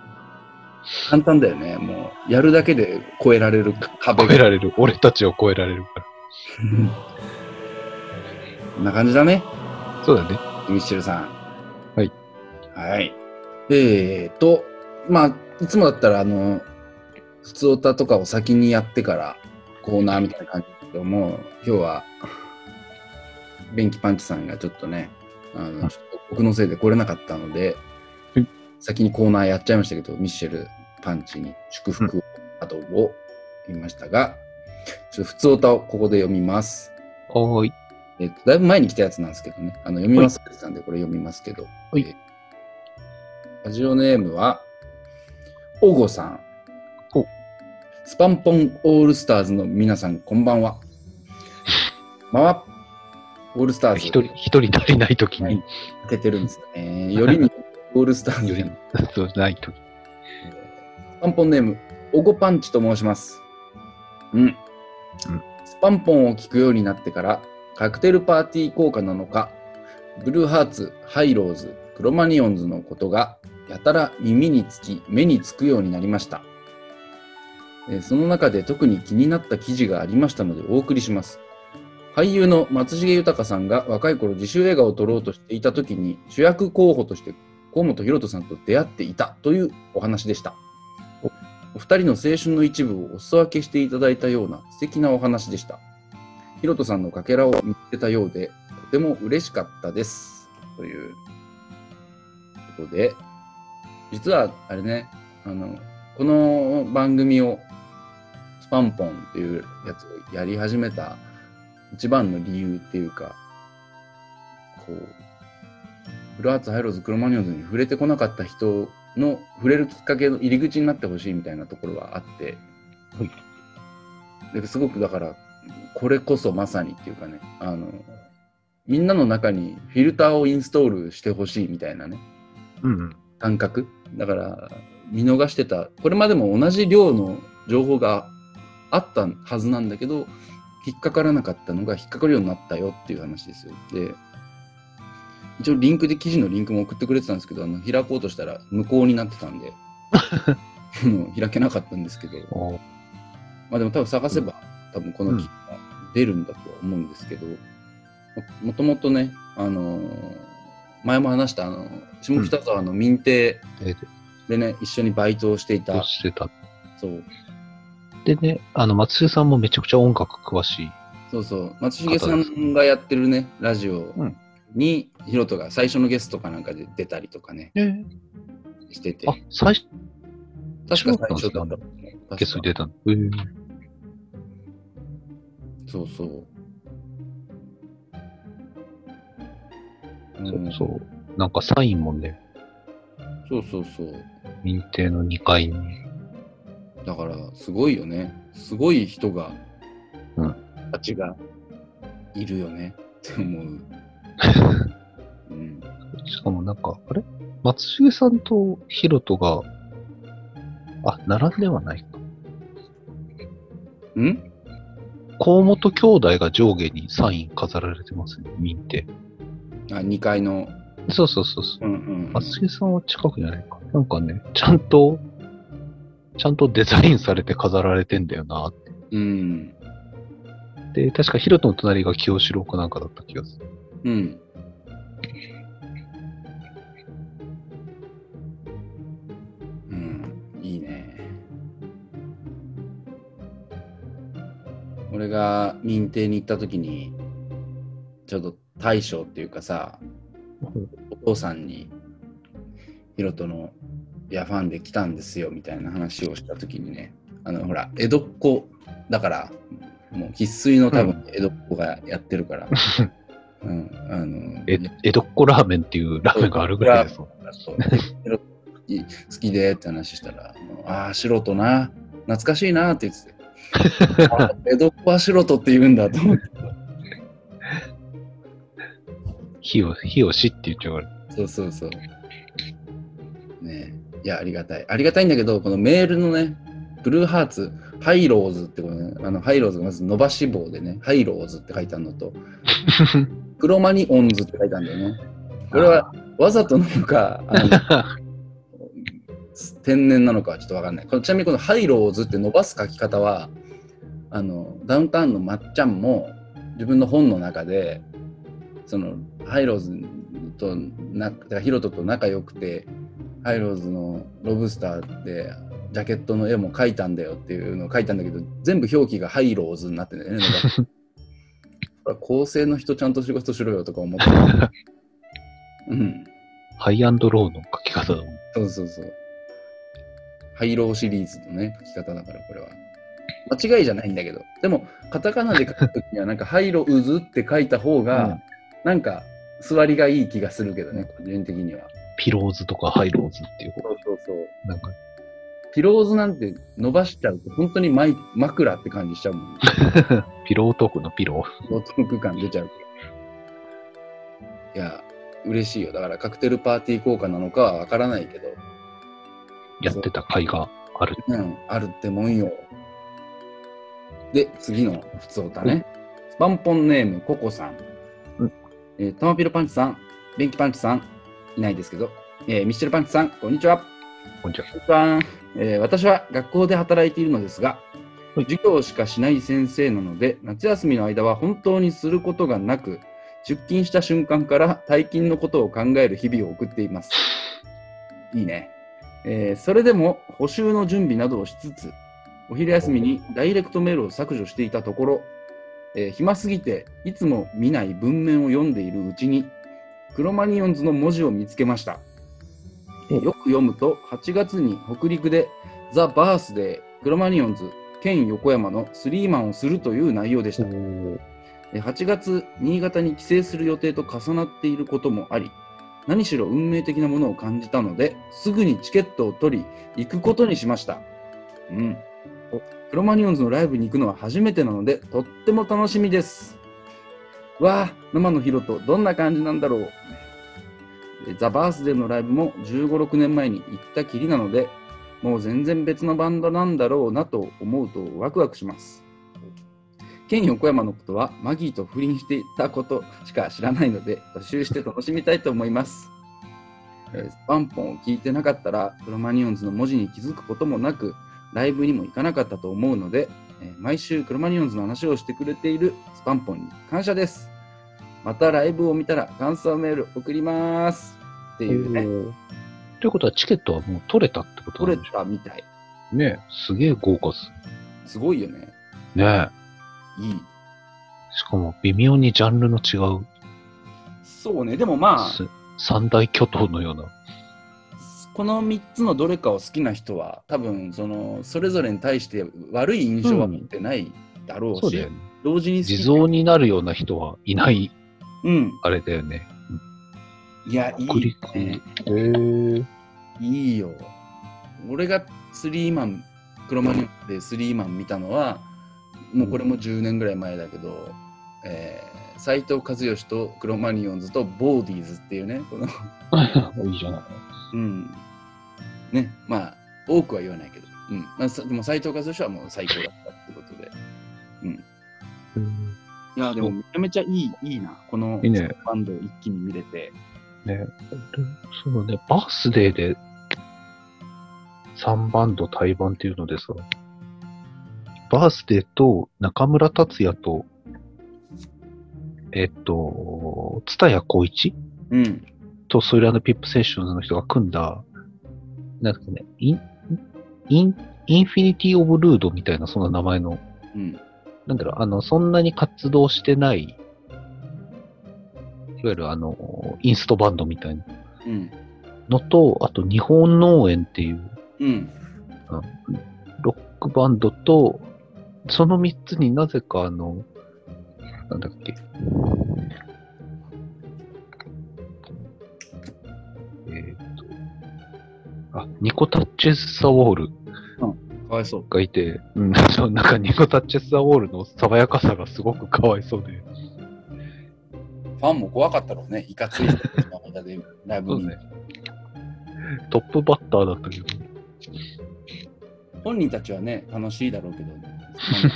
簡単だよね。もう、やるだけで超えられる壁
超
が
え。られる。俺たちを超えられるか
<laughs> こんな感じだね。
ら。そうだね。
ミッシェルさん。
はい。
はい。えーと、まあ、いつもだったら、あの、普通歌とかを先にやってからコーナーみたいな感じだけども、今日は、便器パンチさんがちょっとね、あ
う
の
ん
ちょっと僕のせいで来れなかったので
はい、
先にコーナーやっちゃいましたけど、ミッシェルパンチに祝福などを言いましたが、ちょっと普通歌をここで読みます。
おーい。
えっと、だいぶ前に来たやつなんですけどね、あの読み忘れてたんで、これ読みますけど、
はい
えーラジオネームは、おごさん
お。
スパンポンオールスターズの皆さん、こんばんは。まわオールスターズ、
一人、一人足りないときに、
開けてるんですね。よりにオールスターズ
よ
じゃ
り
ん、
そうないとき。
スパンポンネーム、おごパンチと申します。うん。スパンポンを聞くようになってから、カクテルパーティー効果なのか、ブルーハーツ、ハイローズ、クロマニオンズのことが、やたら耳につき、目につくようになりました。えーその中で特に気になった記事がありましたのでお送りします。俳優の松重豊さんが若い頃自主映画を撮ろうとしていた時に主役候補として河本大人さんと出会っていたというお話でしたおお二人の青春の一部をお裾分けしていただいたような素敵なお話でした大人さんのかけらを見つけたようでとても嬉しかったですということで実はあれねあのこの番組をスパンポンっていうやつをやり始めた一番の理由っていうかこうフルアーツ、ハイローズ、クロマニオンズに触れてこなかった人の触れるきっかけの入り口になってほしいみたいなところはあって、
はい
ですごくだから、これこそまさにっていうかね、あの、みんなの中にフィルターをインストールしてほしいみたいなね、
うん。
感覚。だから、見逃してた、これまでも同じ量の情報があったはずなんだけど、引っかからなかったのが引っかかるようになったよっていう話ですよ。で、一応リンクで記事のリンクも送ってくれてたんですけど、あの開こうとしたら無効になってたんで、あの開けなかったんですけど、
おー
まあでも多分探せば、多分この記事が出るんだとは思うんですけど、ももともとね、あのー前も話した、あの下北沢の民邸
えー
でね、一緒にバイトをしてい
どう
た、
してた
そう
でね、あの、松江さんもめちゃくちゃ音楽詳しい。
そうそう、松重さんがやってるね、ラジオ
うん
に、ヒロトが最初のゲストかなんかで出たりとかね、
え
してて、
あ、最初、
確か最初だったもんね。
ゲス
確か
トに出たの。えー
そうそう。
そ
うん
うそう。なんかサインもね、
そうそうそう。
認定の2階に。
だからすごいよね。すごい人が、
うん
たちがいるよねって思
<laughs>
う。うん、
しかもなんか、あれ松重さんとヒロトが、あ、並んではないか。
うん
河本兄弟が上下にサイン飾られてますね、認定。
あ ?2 階の。
そうそうそうそ
う
う。
んうんうん、
松重さんは近くじゃないか。なんかね、ちゃんと、ちゃんとデザインされて飾られてんだよなっ
うん。
て。で、確かヒロトの隣が清志郎かなんかだった気がする。
うん。うん。いいね。俺が認定に行った時にちょっと大将っていうかさお父さんにヒロトのいやファンで来たんですよみたいな話をした時にねあのほら江戸っ子だからもう生粋の多分江戸っ子がやってるから、うんあの
え江戸っ子ラーメンっていうラーメンがあるぐらいですもん。
そうで <laughs> い好きでって話したら、ああ、素人な、懐かしいなって言ってて、あ江戸っ子は素人って言うんだと思って、
火を、火をしって言っちゃうから。
そうそうそう。ねえいや、ありがたい。ありがたいんだけど、このメールのね、ブルーハーツ、ハイローズってことね、あのハイローズがまず伸ばし棒でね、ハイローズって書いてあるのと、クロマニオンズって書いてあるんだよね。これはわざとなのか、あの天然なのかはちょっとわかんないこのちなみにこのハイローズって伸ばす書き方はあのダウンタウンのまっちゃんも自分の本の中でそのハイローズとなだからヒロトと仲良くてハイローズのロブスターってジャケットの絵も描いたんだよっていうのを描いたんだけど全部表記がハイローズになってんだよねなんかこれ構成の人ちゃんと仕事しろよとか思ってたうん
ハイアンドローの書き方だもん。
そうそうそう。ハイローシリーズのね、書き方だから、これは。間違いじゃないんだけど。でも、カタカナで書くときには、なんか、ハイロウズって書いた方が、
うん
なんか、座りがいい気がするけどね、個人的には。
ピローズとかハイローズっていう。
そうそうそう。
なんか、
ピローズなんて伸ばしちゃうと、本当にマイ枕って感じしちゃうもん、ね。
ピロートークのピロ
ロト空間出ちゃうから。いや、嬉しいよ。だから、カクテルパーティー効果なのかはわからないけど、
ーやってた甲斐がある。
うん、あるってもんよ。で、次の普通歌ね。スパンポンネーム、ココさん。
うん
えー、トマピロパンチさん、便器パンチさん、いないですけど、えーミッシェルパンチさん、こんにちは。
こんにちは。
さん、えー私は学校で働いているのですが、
はい
授業しかしない先生なので、夏休みの間は本当にすることがなく、出勤した瞬間から退勤のことを考える日々を送っています。いいね。えーそれでも補習の準備などをしつつ、お昼休みにダイレクトメールを削除していたところ、えー暇すぎていつも見ない文面を読んでいるうちに、クロマニオンズの文字を見つけました。えーよく読むと8月に北陸でザ・バースデークロマニオンズ県横山のスリーマンをするという内容でしたえー8月新潟に帰省する予定と重なっていることもあり何しろ運命的なものを感じたのですぐにチケットを取り行くことにしましたうんクロマニオンズのライブに行くのは初めてなのでとっても楽しみですわあ生のヒロとどんな感じなんだろうえザ・バースデーのライブも15、6年前に行ったきりなので、もう全然別のバンドなんだろうなと思うとワクワクします。ケン横山のことはマギーと不倫していたことしか知らないので、募集して楽しみたいと思います。えースパンポンを聞いてなかったら、プロマニオンズの文字に気づくこともなく、ライブにも行かなかったと思うので、えー毎週クロマニオンズの話をしてくれているスパンポンに感謝です。またライブを見たら感想メール送ります。っていうね、
ということは、チケットはもう取れたってこと
取
な
れ
んでしょ
たみたい。
うね。すげえ豪華っす。
すごいよね。
ね
いい。
しかも、微妙にジャンルの違う、
そうね、でもます
三大巨頭のような。
あ、この3つのどれかを好きな人は、多分そのそれぞれに対して悪い印象は持ってないだろうし、
ね。
同時に好き
地蔵になるような人はいない、
うん。
あれだよね。
いや、い
北
い
陸、 <laughs>
ね。
へー
いいよ。俺がスリーマン、クロマニオンでスリーマン見たのは、もうこれも10年ぐらい前だけど、えー、斉藤和義とクロマニオンズとボーディーズっていうね、この
いいじゃない。
うん。ね、まあ、多くは言わないけど、うん。まあ、さでも斎藤和義はもう最高だったってことで。いや、でもめちゃめちゃいい、いいな。この
いいね
バンドを一気に見れて。
ね、そうね、バースデーで3バンド対バンっていうのでさ、バースデーと中村達也と、えっと、蔦谷光一
うん。
とソイルピップセッションズの人が組んだ、なんかね、イン、イン、インフィニティ・オブ・ルードみたいな、そんな名前の
うん。
なんだろう、あの、そんなに活動してない、いわゆるあの、インストバンドみたいな
うん。
のと、あと、日本農園っていう
うん。
ロックバンドと、その3つになぜかあの、なんだっけ。えっ、と、あ、ニコ・タッチェッサ・ウォール
かわいそう。
がいて、うん、 <laughs> そのなんかニコ・タッチェッサ・ウォールの爽やかさがすごくかわいそうで。
ファンも怖かったろうね。いかつい人たちの間
<laughs>
でライブに。。
トップバッターだったけど、
本人たちはね、楽しいだろうけど、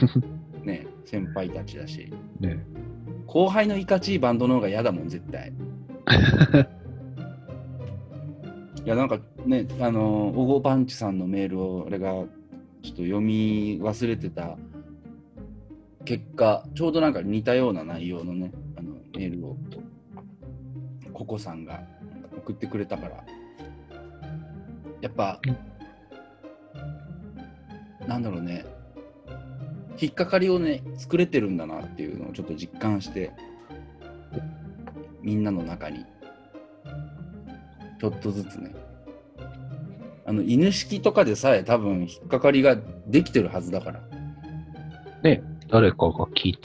<laughs>
ね、先輩たちだし。
ね。
後輩のいかちいバンドの方が嫌だもん絶対いやなんかねあのオゴパンチさんのメールを俺がちょっと読み忘れてた結果ちょうどなんか似たような内容のねあのメールをココさんが送ってくれたからやっぱ、なんだろうね引っかかりをね作れてるんだなっていうのをちょっと実感してみんなの中にちょっとずつねあの犬式とかでさえ多分引っかかりができてるはずだから
誰かが聞い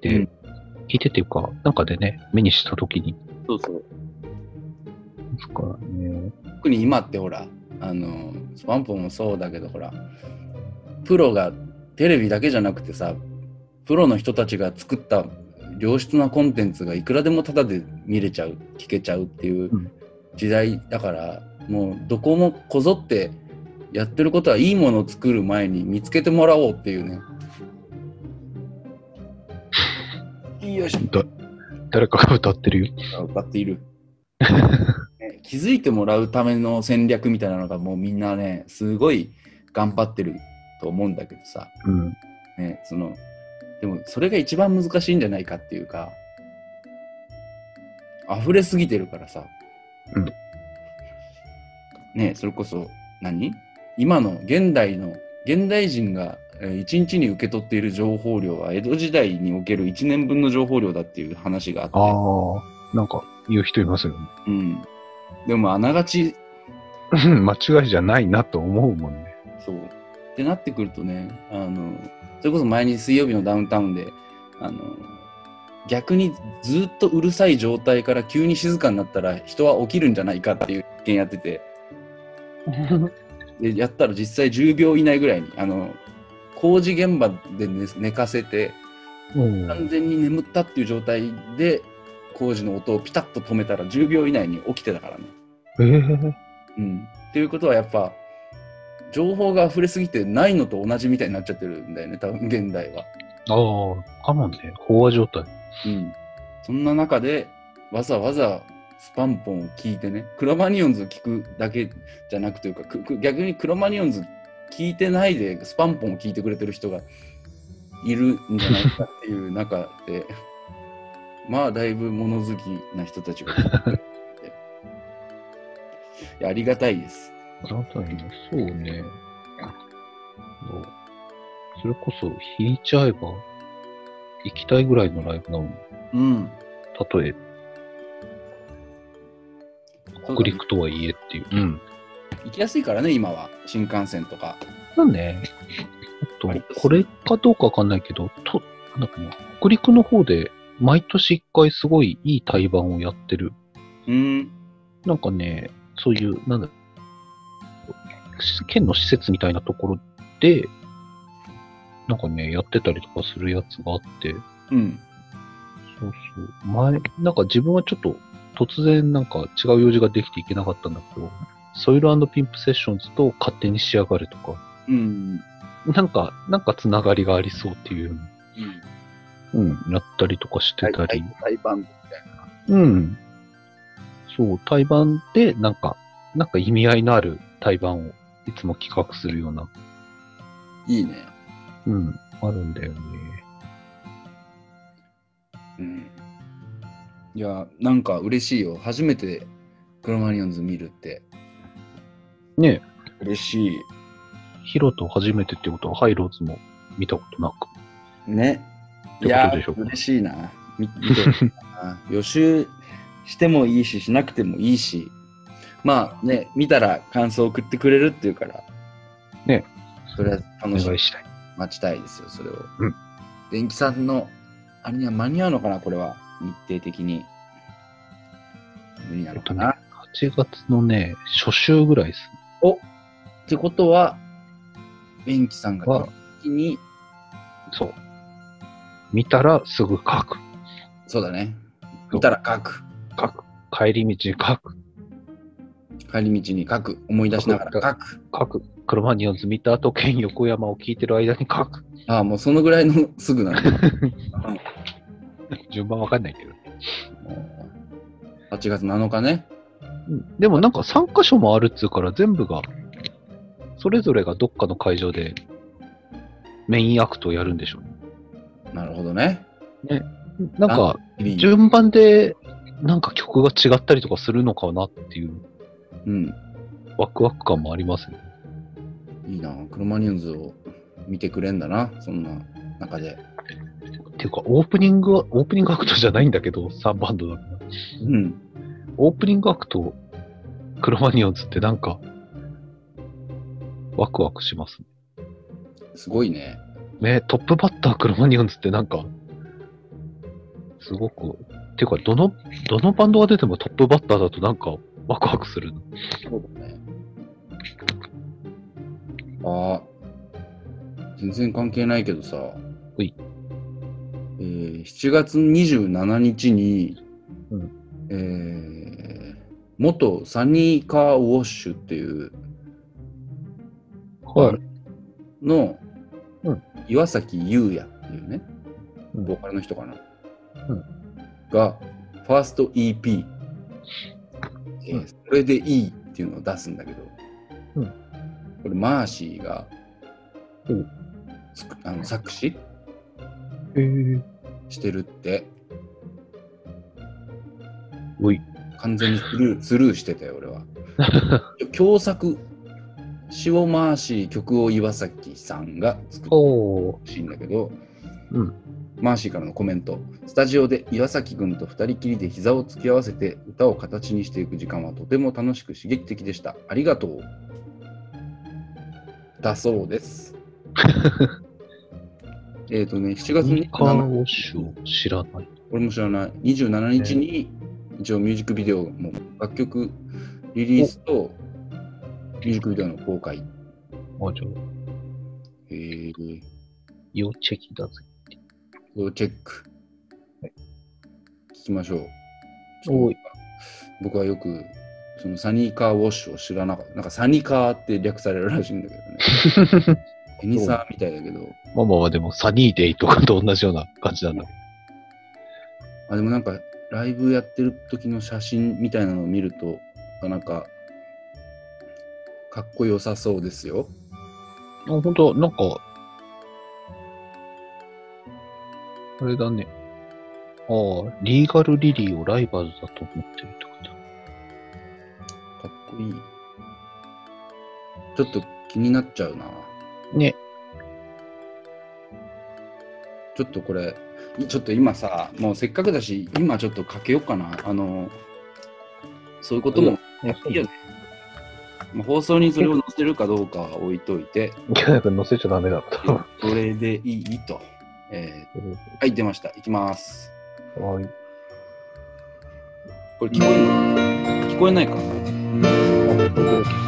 て、
うん
聞いてっていうか、なんかでね、目にしたときに、
そうそう
ですからね。
特に今ってほらあのスパンポンもそうだけどほらプロがテレビだけじゃなくてさプロの人たちが作った良質なコンテンツがいくらでもタダで見れちゃう聞けちゃうっていう
うん
時代だから、もうどこもこぞってやってることはいいものを作る前に見つけてもらおうっていうね。よいしょ
だ誰かが歌ってるよ。
歌っている、ね気づいてもらうための戦略みたいなのがもうみんなねすごい頑張ってると思 <laughs> うんだけどさ、
うん。
ね、そのでもそれが一番難しいんじゃないかっていうか溢れすぎてるからさ、
うん
ねそれこそ何今の現代の現代人が1日に受け取っている情報量は江戸時代における1年分の情報量だっていう話があって
ああ、なんか言う人いますよね。
うん。でもあながち、
うん <laughs> 間違いじゃないなと思うもん
<laughs>
ね。
そう。ってなってくるとね、あの、それこそ前に水曜日のダウンタウンで、あの、逆にずっとうるさい状態から急に静かになったら人は起きるんじゃないかっていう実験やってて、でやったら実際10秒以内ぐらいに、あの、工事現場で寝寝かせて、
うん
完全に眠ったっていう状態で、工事の音をピタッと止めたら10秒以内に起きてたからね。
えー
うん。っていうことはやっぱ情報が溢れすぎてないのと同じみたいになっちゃってるんだよね多分現代は。
ああ、かもね。飽和状態。
うん。そんな中でわざわざスパンポンを聞いてねクロマニヨンズを聞くだけじゃなくというかくく逆にクロマニヨンズ聞いてないでスパンポンを聞いてくれてる人がいるんじゃないかっていう中で <laughs> まあだいぶ物好きな人たちがいやありがたいです。
あたりもそうね。そうそれこそ引いちゃえば、行きたいぐらいのライブなのに、
うん。
たとえ北陸とはいえっていう。うん。
行きやすいからね、今は。新幹線とか。
だね。あと
割と、
これかどうかわかんないけど、と、なんだっけな、北陸の方で、毎年一回すごいいい対バンをやってる。
うん。
なんかね、そういう、なんだ県の施設みたいなところで、なんかね、やってたりとかするやつがあって、
うん。
そうそう。前、なんか自分はちょっと突然なんか違う用事ができていけなかったんだけど、ソイルピンプセッションズと勝手に仕上がるとか、
うん。
なんか、なんかつながりがありそうっていう、うん、やったりとかしてたり、
大バンドみたい
うん。そう、対バンで、なんか、なんか意味合いのある対バンをいつも企画するような、
な。いいね。
うん、あるんだよね。
うん。いや、なんか嬉しいよ。初めてクロマニオンズ見るって。
ね
嬉しい。
ヒロと初めてってことは、ハイローズも見たことなく。
ね。
て
い
こ
や
とでしょうか
嬉しいな。み見てほしい
<laughs>
な予習してもいいし、しなくてもいいし、まあね、見たら感想送ってくれるっていうから、
ね。
とりあえず
お
楽し
願
み
いしたい。
待ちたいですよ、それを。
うん
電気さんの、あれには間に合うのかな、これは。日程的に。無理な
え
の
っ
か
とね
な。、
8月のね、初週ぐらいです。
ってことは、電気さんが
は
一気に、
そう。見たらすぐ書く。
そうだね。見たら書く。
書く。帰り道に書く。
帰り道に書く。思い出しながら書く。
書く。クロマニオンズ見た後、剣横山を聞いてる間に書く。
ああ、もうそのぐらいの <laughs> すぐなの。
<laughs> 順番わかんないけど。
もう8月7日ね。
うんでもなんか3箇所もあるっつうから全部が、それぞれがどっかの会場でメインアクトをやるんでしょうね。
なるほどね。
なんか
リー
順番でなんか曲が違ったりとかするのかなっていう
うん。
ワクワク感もありますね。
いいな。クロマニオンズを見てくれんだな。そんな中で。
っていうかオープニングは、オープニングアクトじゃないんだけど、3バンドだから。
うん。
オープニングアクト、クロマニオンズってなんか、ワクワクしますね。
すごいね。
ね、トップバッタークロマニオンズってなんか、すごく、ていうか、どの、どのバンドが出てもトップバッターだとなんか、ワクワクするの。。
そうだね。ああ、全然関係ないけどさ。はいえー、7月27日に、
うん
えー元サニーカーウォッシュっていう
はい。
の、
うん
岩崎優也っていうね、
うん
ボーカルの人かな、
うん
が、ファースト EP、えー
うん
それでいいっていうのを出すんだけど、
うん
これ、マーシーが、
お
つくあの作詞
へえ。
してるって、
おい。
完全にスルースルーしてたよ、俺は。共作、詞をマーシー、曲を岩崎さんが作った
<laughs> おー。
らしいんだけど、
うん
マーシーからのコメントスタジオで岩崎君と二人きりで膝を突き合わせて歌を形にしていく時間はとても楽しく刺激的でしたありがとうだそうです <laughs> えっとね7月
ニカー
27日
ウォッシュを知らない。
俺も知らない27日に一応ミュージックビデオも楽曲リリースとミュージックビデオの公開
あ、じゃあ、
えー、
要チェキだぜ。
要チェック。聞きましょう。
おい
僕はよくそのサニーカーウォッシュを知らなかった。なんかサニカーって略されるらしいんだけどね。
<laughs>
ペニサーみたいだけど。
まあまあまあ、でも、サニーデイとかと同じような感じなんだけ
あでもなんかライブやってる時の写真みたいなのを見ると、なかなかかっこよさそうですよ。
ど。あ、ほんと、なんか、あれだね。ああ、リーガルリリーをライバルだと思ってるってこと
かっこいい。ちょっと気になっちゃうな。
ね。
ちょっとこれ、いちょっと今さ、もうせっかくだし、今ちょっとかけようかな。あの、そういうことも
いや
いいよね。まあ放送にそれを載せるかどうかは置いといて、
いや、なんか載せちゃダ <laughs> メだっ
それでいいと。えーはい、出ました。いきます。
た。はい。
これ聞こえない聞こえないか
い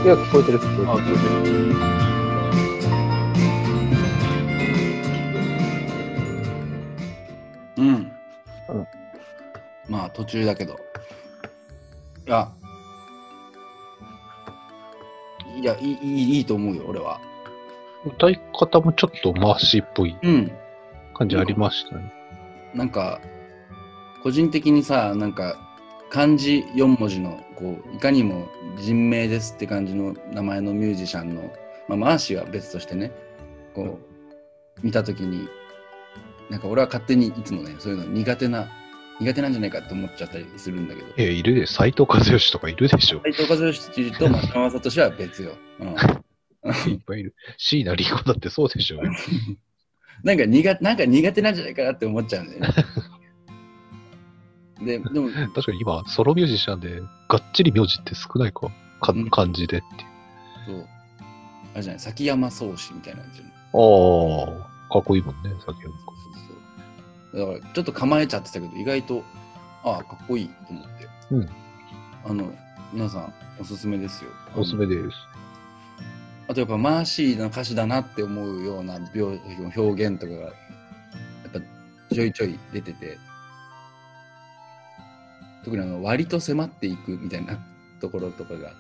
や、聞こえてる、聞
あ
こ
聞こえてるうん、
うん
まあ途中だけどいやいやいいいいいいと思うよ俺は
えてる。歌い方もちょっと回しっぽい
うん
感じありましたね。
なんか個人的にさなんか漢字4文字のこういかにも人名ですって感じの名前のミュージシャンの、まあ、マーシーは別としてねこう見た時になんか俺は勝手にいつもねそういうの苦手な苦手なんじゃないかって思っちゃったりするんだけど
いや、いるで、斎藤和義とかいるでし <laughs> ょ。
斎藤和義 <laughs> と松山聡は別よ、うん、
いっぱいいる。椎名林檎だってそうでしょ。
なんか苦なんか苦手なんじゃないかなって思っちゃうん <laughs> だよね。ででも
確かに今、ソロミュージシャンで、がっちり名字って少ないか、か
うん
感じでっていう。
そうあれじゃない崎山宗氏みたいなんじゃない
ああ、かっこいいもんね、さっきの
そうそうそうだからちょっと構えちゃってたけど意外とああかっこいいと思って、
うん
あの皆さんおすすめですよ
おすすめです。
あとやっぱマーシーな歌詞だなって思うような描表現とかがやっぱちょいちょい出てて特にあの割と迫っていくみたいなところとかが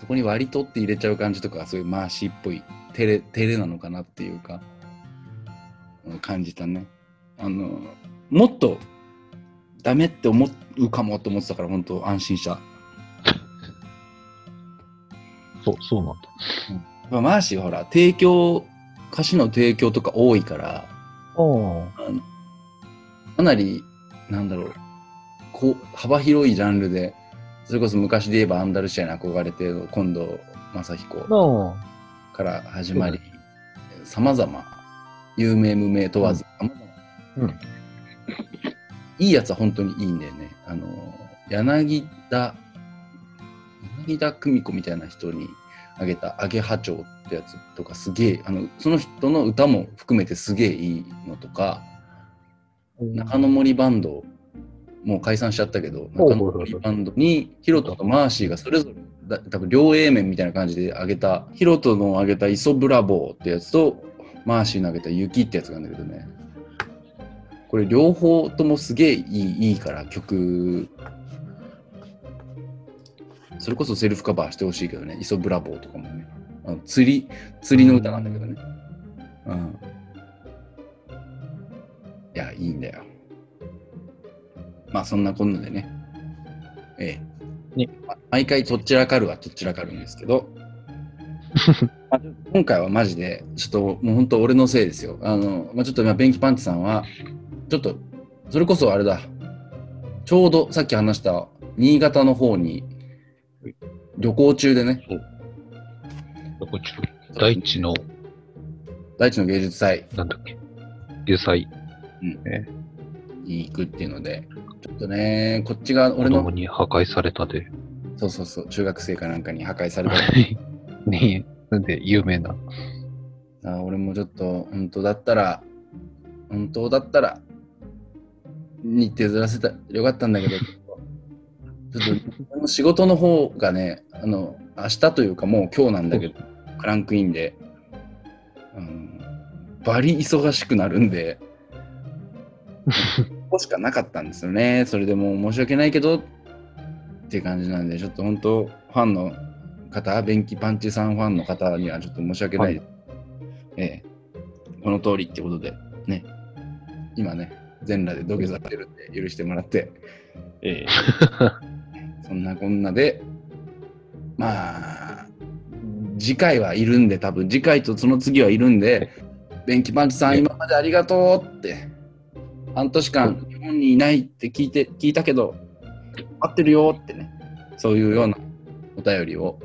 そこに割とって入れちゃう感じとかそういうマーシーっぽい照れ照れなのかなっていうかうん感じたねあのもっとダメって思うかもと思ってたから本当安心した
そう、そうなんだ。
まあ、マーシーほら提供歌詞の提供とか多いか
あ
らあのかなりなんだろうこう幅広いジャンルでそれこそ昔で言えばアンダルシアに憧れての近藤正彦
あ。ああ。
から始まりさまざま有名無名問わず、
うん
いいやつは本当にいいんだよねあの柳田柳田久美子みたいな人にあげた「アゲハチョウ」ってやつとかすげえあのその人の歌も含めてすげえいいのとか中野森バンドもう解散しちゃったけど
おう
中野森バンドにヒロトとマーシーがそれぞれだ多分両 A 面みたいな感じで上げたヒロトの上げた「イソブラボー」ってやつとマーシーの上げた「雪」ってやつがあるんだけどねこれ両方ともすげえいいいいから曲それこそセルフカバーしてほしいけどね「イソブラボー」とかもねあの釣り釣りの歌なんだけどねうんいやいいんだよまあそんなこんなでね。ええ。
ね
ま毎回とっちらかるはとっちらかるんですけど、 <laughs> まあ今回はマジで、ちょっともう本当俺のせいですよ。あの、まあ、ちょっと今、便器パンチさんは、ちょっと、それこそあれだ、ちょうどさっき話した新潟の方に旅行中でね、
どこっち大地の、
大地の芸術祭
なんだっけ、油彩、
に行くっていうので、ちょっとね、こっちが
子
俺
供
の、
に破壊されたで。
そうそうそう、中学生かなんかに破壊された。
<laughs> ねなんで、有名な。
あ俺もちょっと本当だったら本当だったら日程ずらせたよかったんだけどちょっと俺の仕事の方がねあの明日というかもう今日なんだけどクランクインで、うん、バリ忙しくなるんでここしかなかったんですよねそれでもう申し訳ないけどっていう感じなんでちょっと本当ファンの方便器パンチさんファンの方にはちょっと申し訳ないですええ、この通りってことで、ね、今ね、全裸で土下座してるんで、許してもらって、ええ、 <laughs> そんなこんなで、まあ、次回はいるんで、多分次回とその次はいるんで、便器パンチさん、
ね
今までありがとうって、半年間、日本にいないって聞いて聞いたけど、合ってるよってね、そういうようなお便りを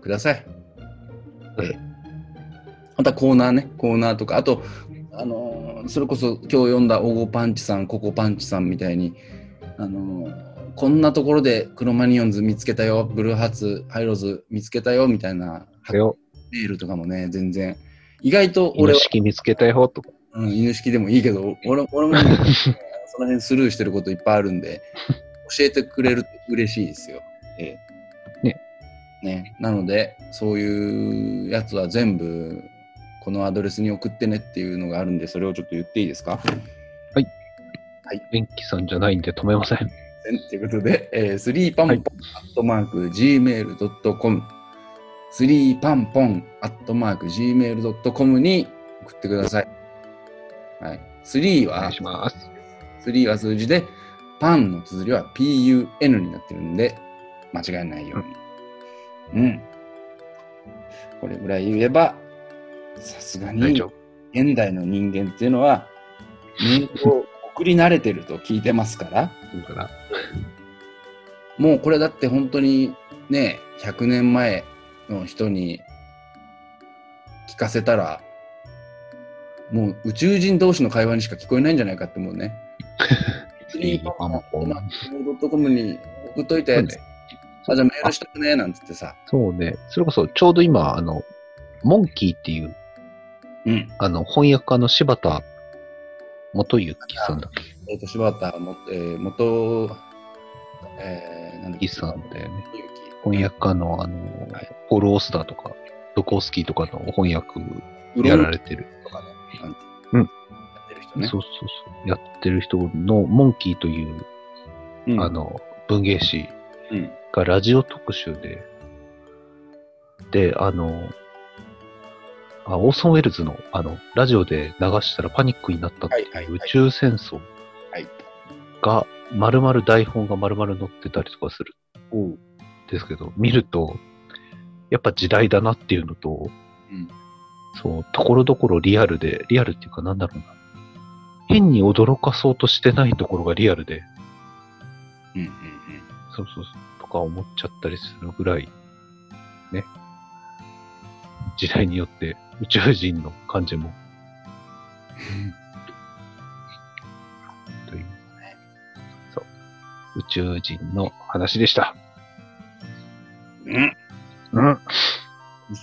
ください。
はい
ええまたコーナーね、コーナーとか、あと、あのーそれこそ今日読んだ黄金パンチさん、ココパンチさんみたいに、あのーこんなところでクロマニオンズ見つけたよ、ブルーハーツ、ハイローズ見つけたよみたいな
あれを、
メールとかもね、全然。意外と俺
俺
は、
式見つけたよとか。
うん、犬式でもいいけど、俺俺もね、 <laughs> その辺スルーしてることいっぱいあるん <laughs> で、教えてくれると嬉しいですよ。ええ
ね
ね。なので、そういうやつは全部、このアドレスに送ってねっていうのがあるんで、それをちょっと言っていいですか
元気さんじゃないんで止めません。
ということで、えー、スリーパンポンアットマーク Gmail.com、スリーパンポンアットマーク Gmail.com に送ってください。はい、スリー
お願
はい
し、ます。
スリーは数字で、パンの綴りは PUN になってるんで、間違えないように。うん。これぐらい言えば、さすが
大
に
丈夫。
現代の人間っていうのは、メールを送り慣れてると聞いてますから、
だから、
もうこれだって本当にね、100年前の人に聞かせたら、もう宇宙人同士の会話にしか聞こえないんじゃないかって思うね。別にパパ、お前、ドットコムに送っといて、
そうです
あ、じゃあメールしとくね、なんつってさ。
そうね。それこそ、ちょうど今、あの、モンキーっていう、
うん。
あの、翻訳家の柴田元幸さんだっけ
えっ、と、柴田も、えー、元、えー、なんだっ
幸さんだよね。
元気
翻訳家の、あの、
はい
ポール・オースターとか、ドコースキーとかの翻訳
う
や
ろ
ら
ん
れてる。
とかね。
うん
やってる人ね。
そうそうそう。やってる人の、モンキーという、
うん
あ、の、文芸誌
うん。
がラジオ特集で、で、あの、あオーソン・ウェルズの、あの、ラジオで流したらパニックになったって
はいはい
い
はい
う宇宙戦争
はい。
が、丸々台本が丸々載ってたりとかする
おう。
んですけど、見ると、やっぱ時代だなっていうのと、
うん。
そう、ところどころリアルで、リアルっていうかなんだろうな。変に驚かそうとしてないところがリアルで、
うんうん
そうそうそう、とか思っちゃったりするぐらい、ね。時代によって宇宙人の感じも。という。そう。宇宙人の話でした。
うん。うん。
うん。
宇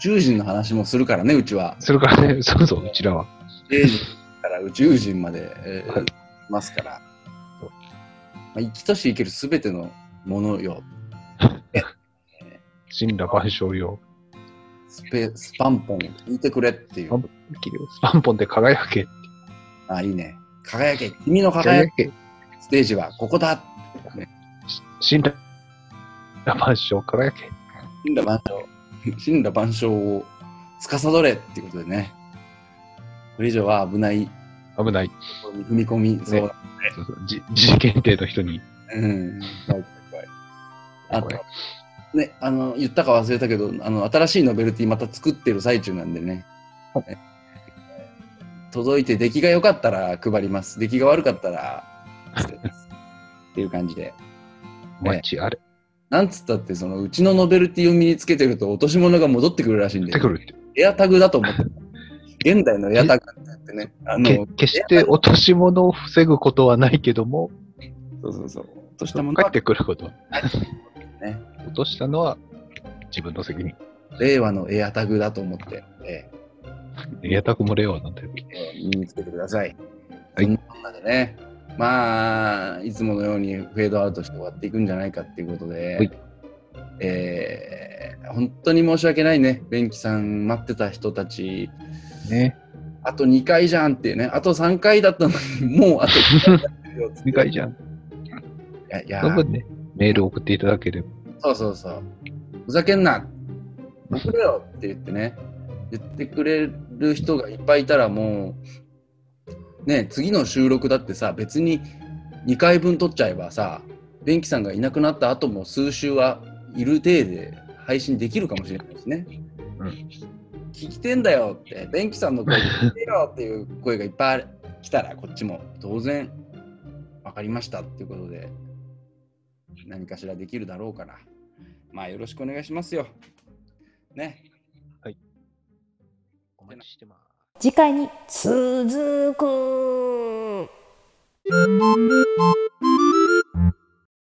宙人の話もするからね、うちは。
それからね、そうそう、うちらは。
エイジから宇宙人まで、えー
はい
いますから、
そう
まあ、生きとし生けるすべてのものよ
神羅万象用。
スペスパンポン聞いてくれってい
パン
う
スパンポンで輝け。
あいいね輝け君の輝
輝
く
け。
ステージはここだ
神羅万象輝け。
神羅万 <laughs> 象神羅万象を司れっていうことでねこれ以上は危ない
危ない。
ところに踏み込みそうだ、
そうそうじ自治検定の人に。
うん怖い怖いあ
これ
とね、あの言ったか忘れたけどあの新しいノベルティまた作ってる最中なんでね
お
え届いて出来が良かったら配ります出来が悪かったら <laughs> 捨てますっていう感じで
お待ちあれ。
なんつったってそのうちのノベルティを身につけてると落とし物が戻ってくるらしいんで
出てくるって。
エアタグだと思って現代のエアタグってやってねあ
け
の
決して落とし物を防ぐことはないけども、
そうそうそう落とし
帰
たもの
っ
は
てくることは。
ね
落としたのは自分の責任。
令和のエアタグだと思って、え
エアタクも令和なんだよ。
えええ身につけてください
はい
そんなこんなでね、まあ、いつものようにフェードアウトして終わっていくんじゃないかっていうことで、
はい
えー本当に申し訳ないね、ベンキさん、待ってた人たち、
ね。
あと2回じゃんっていうね、あと3回だったのに、もうあと2回だってよっつって
2回じゃん。
いや
その
いや、
分ね、メール送っていただければ。
そうそうそう、ふざけんな、送れよって言ってね、言ってくれる人がいっぱいいたら、もう、ね、次の収録だってさ、別に2回分撮っちゃえばさ、電気さんがいなくなった後も数週はいる体で配信できるかもしれないですね。
うん
聞きてんだよって、電気さんの声聞いてよっていう声がいっぱい来たら、こっちも当然分かりましたっていうことで、何かしらできるだろうから、まあよろしくお願いしますよ。ね。
お
待
ちしてます。
次回に続く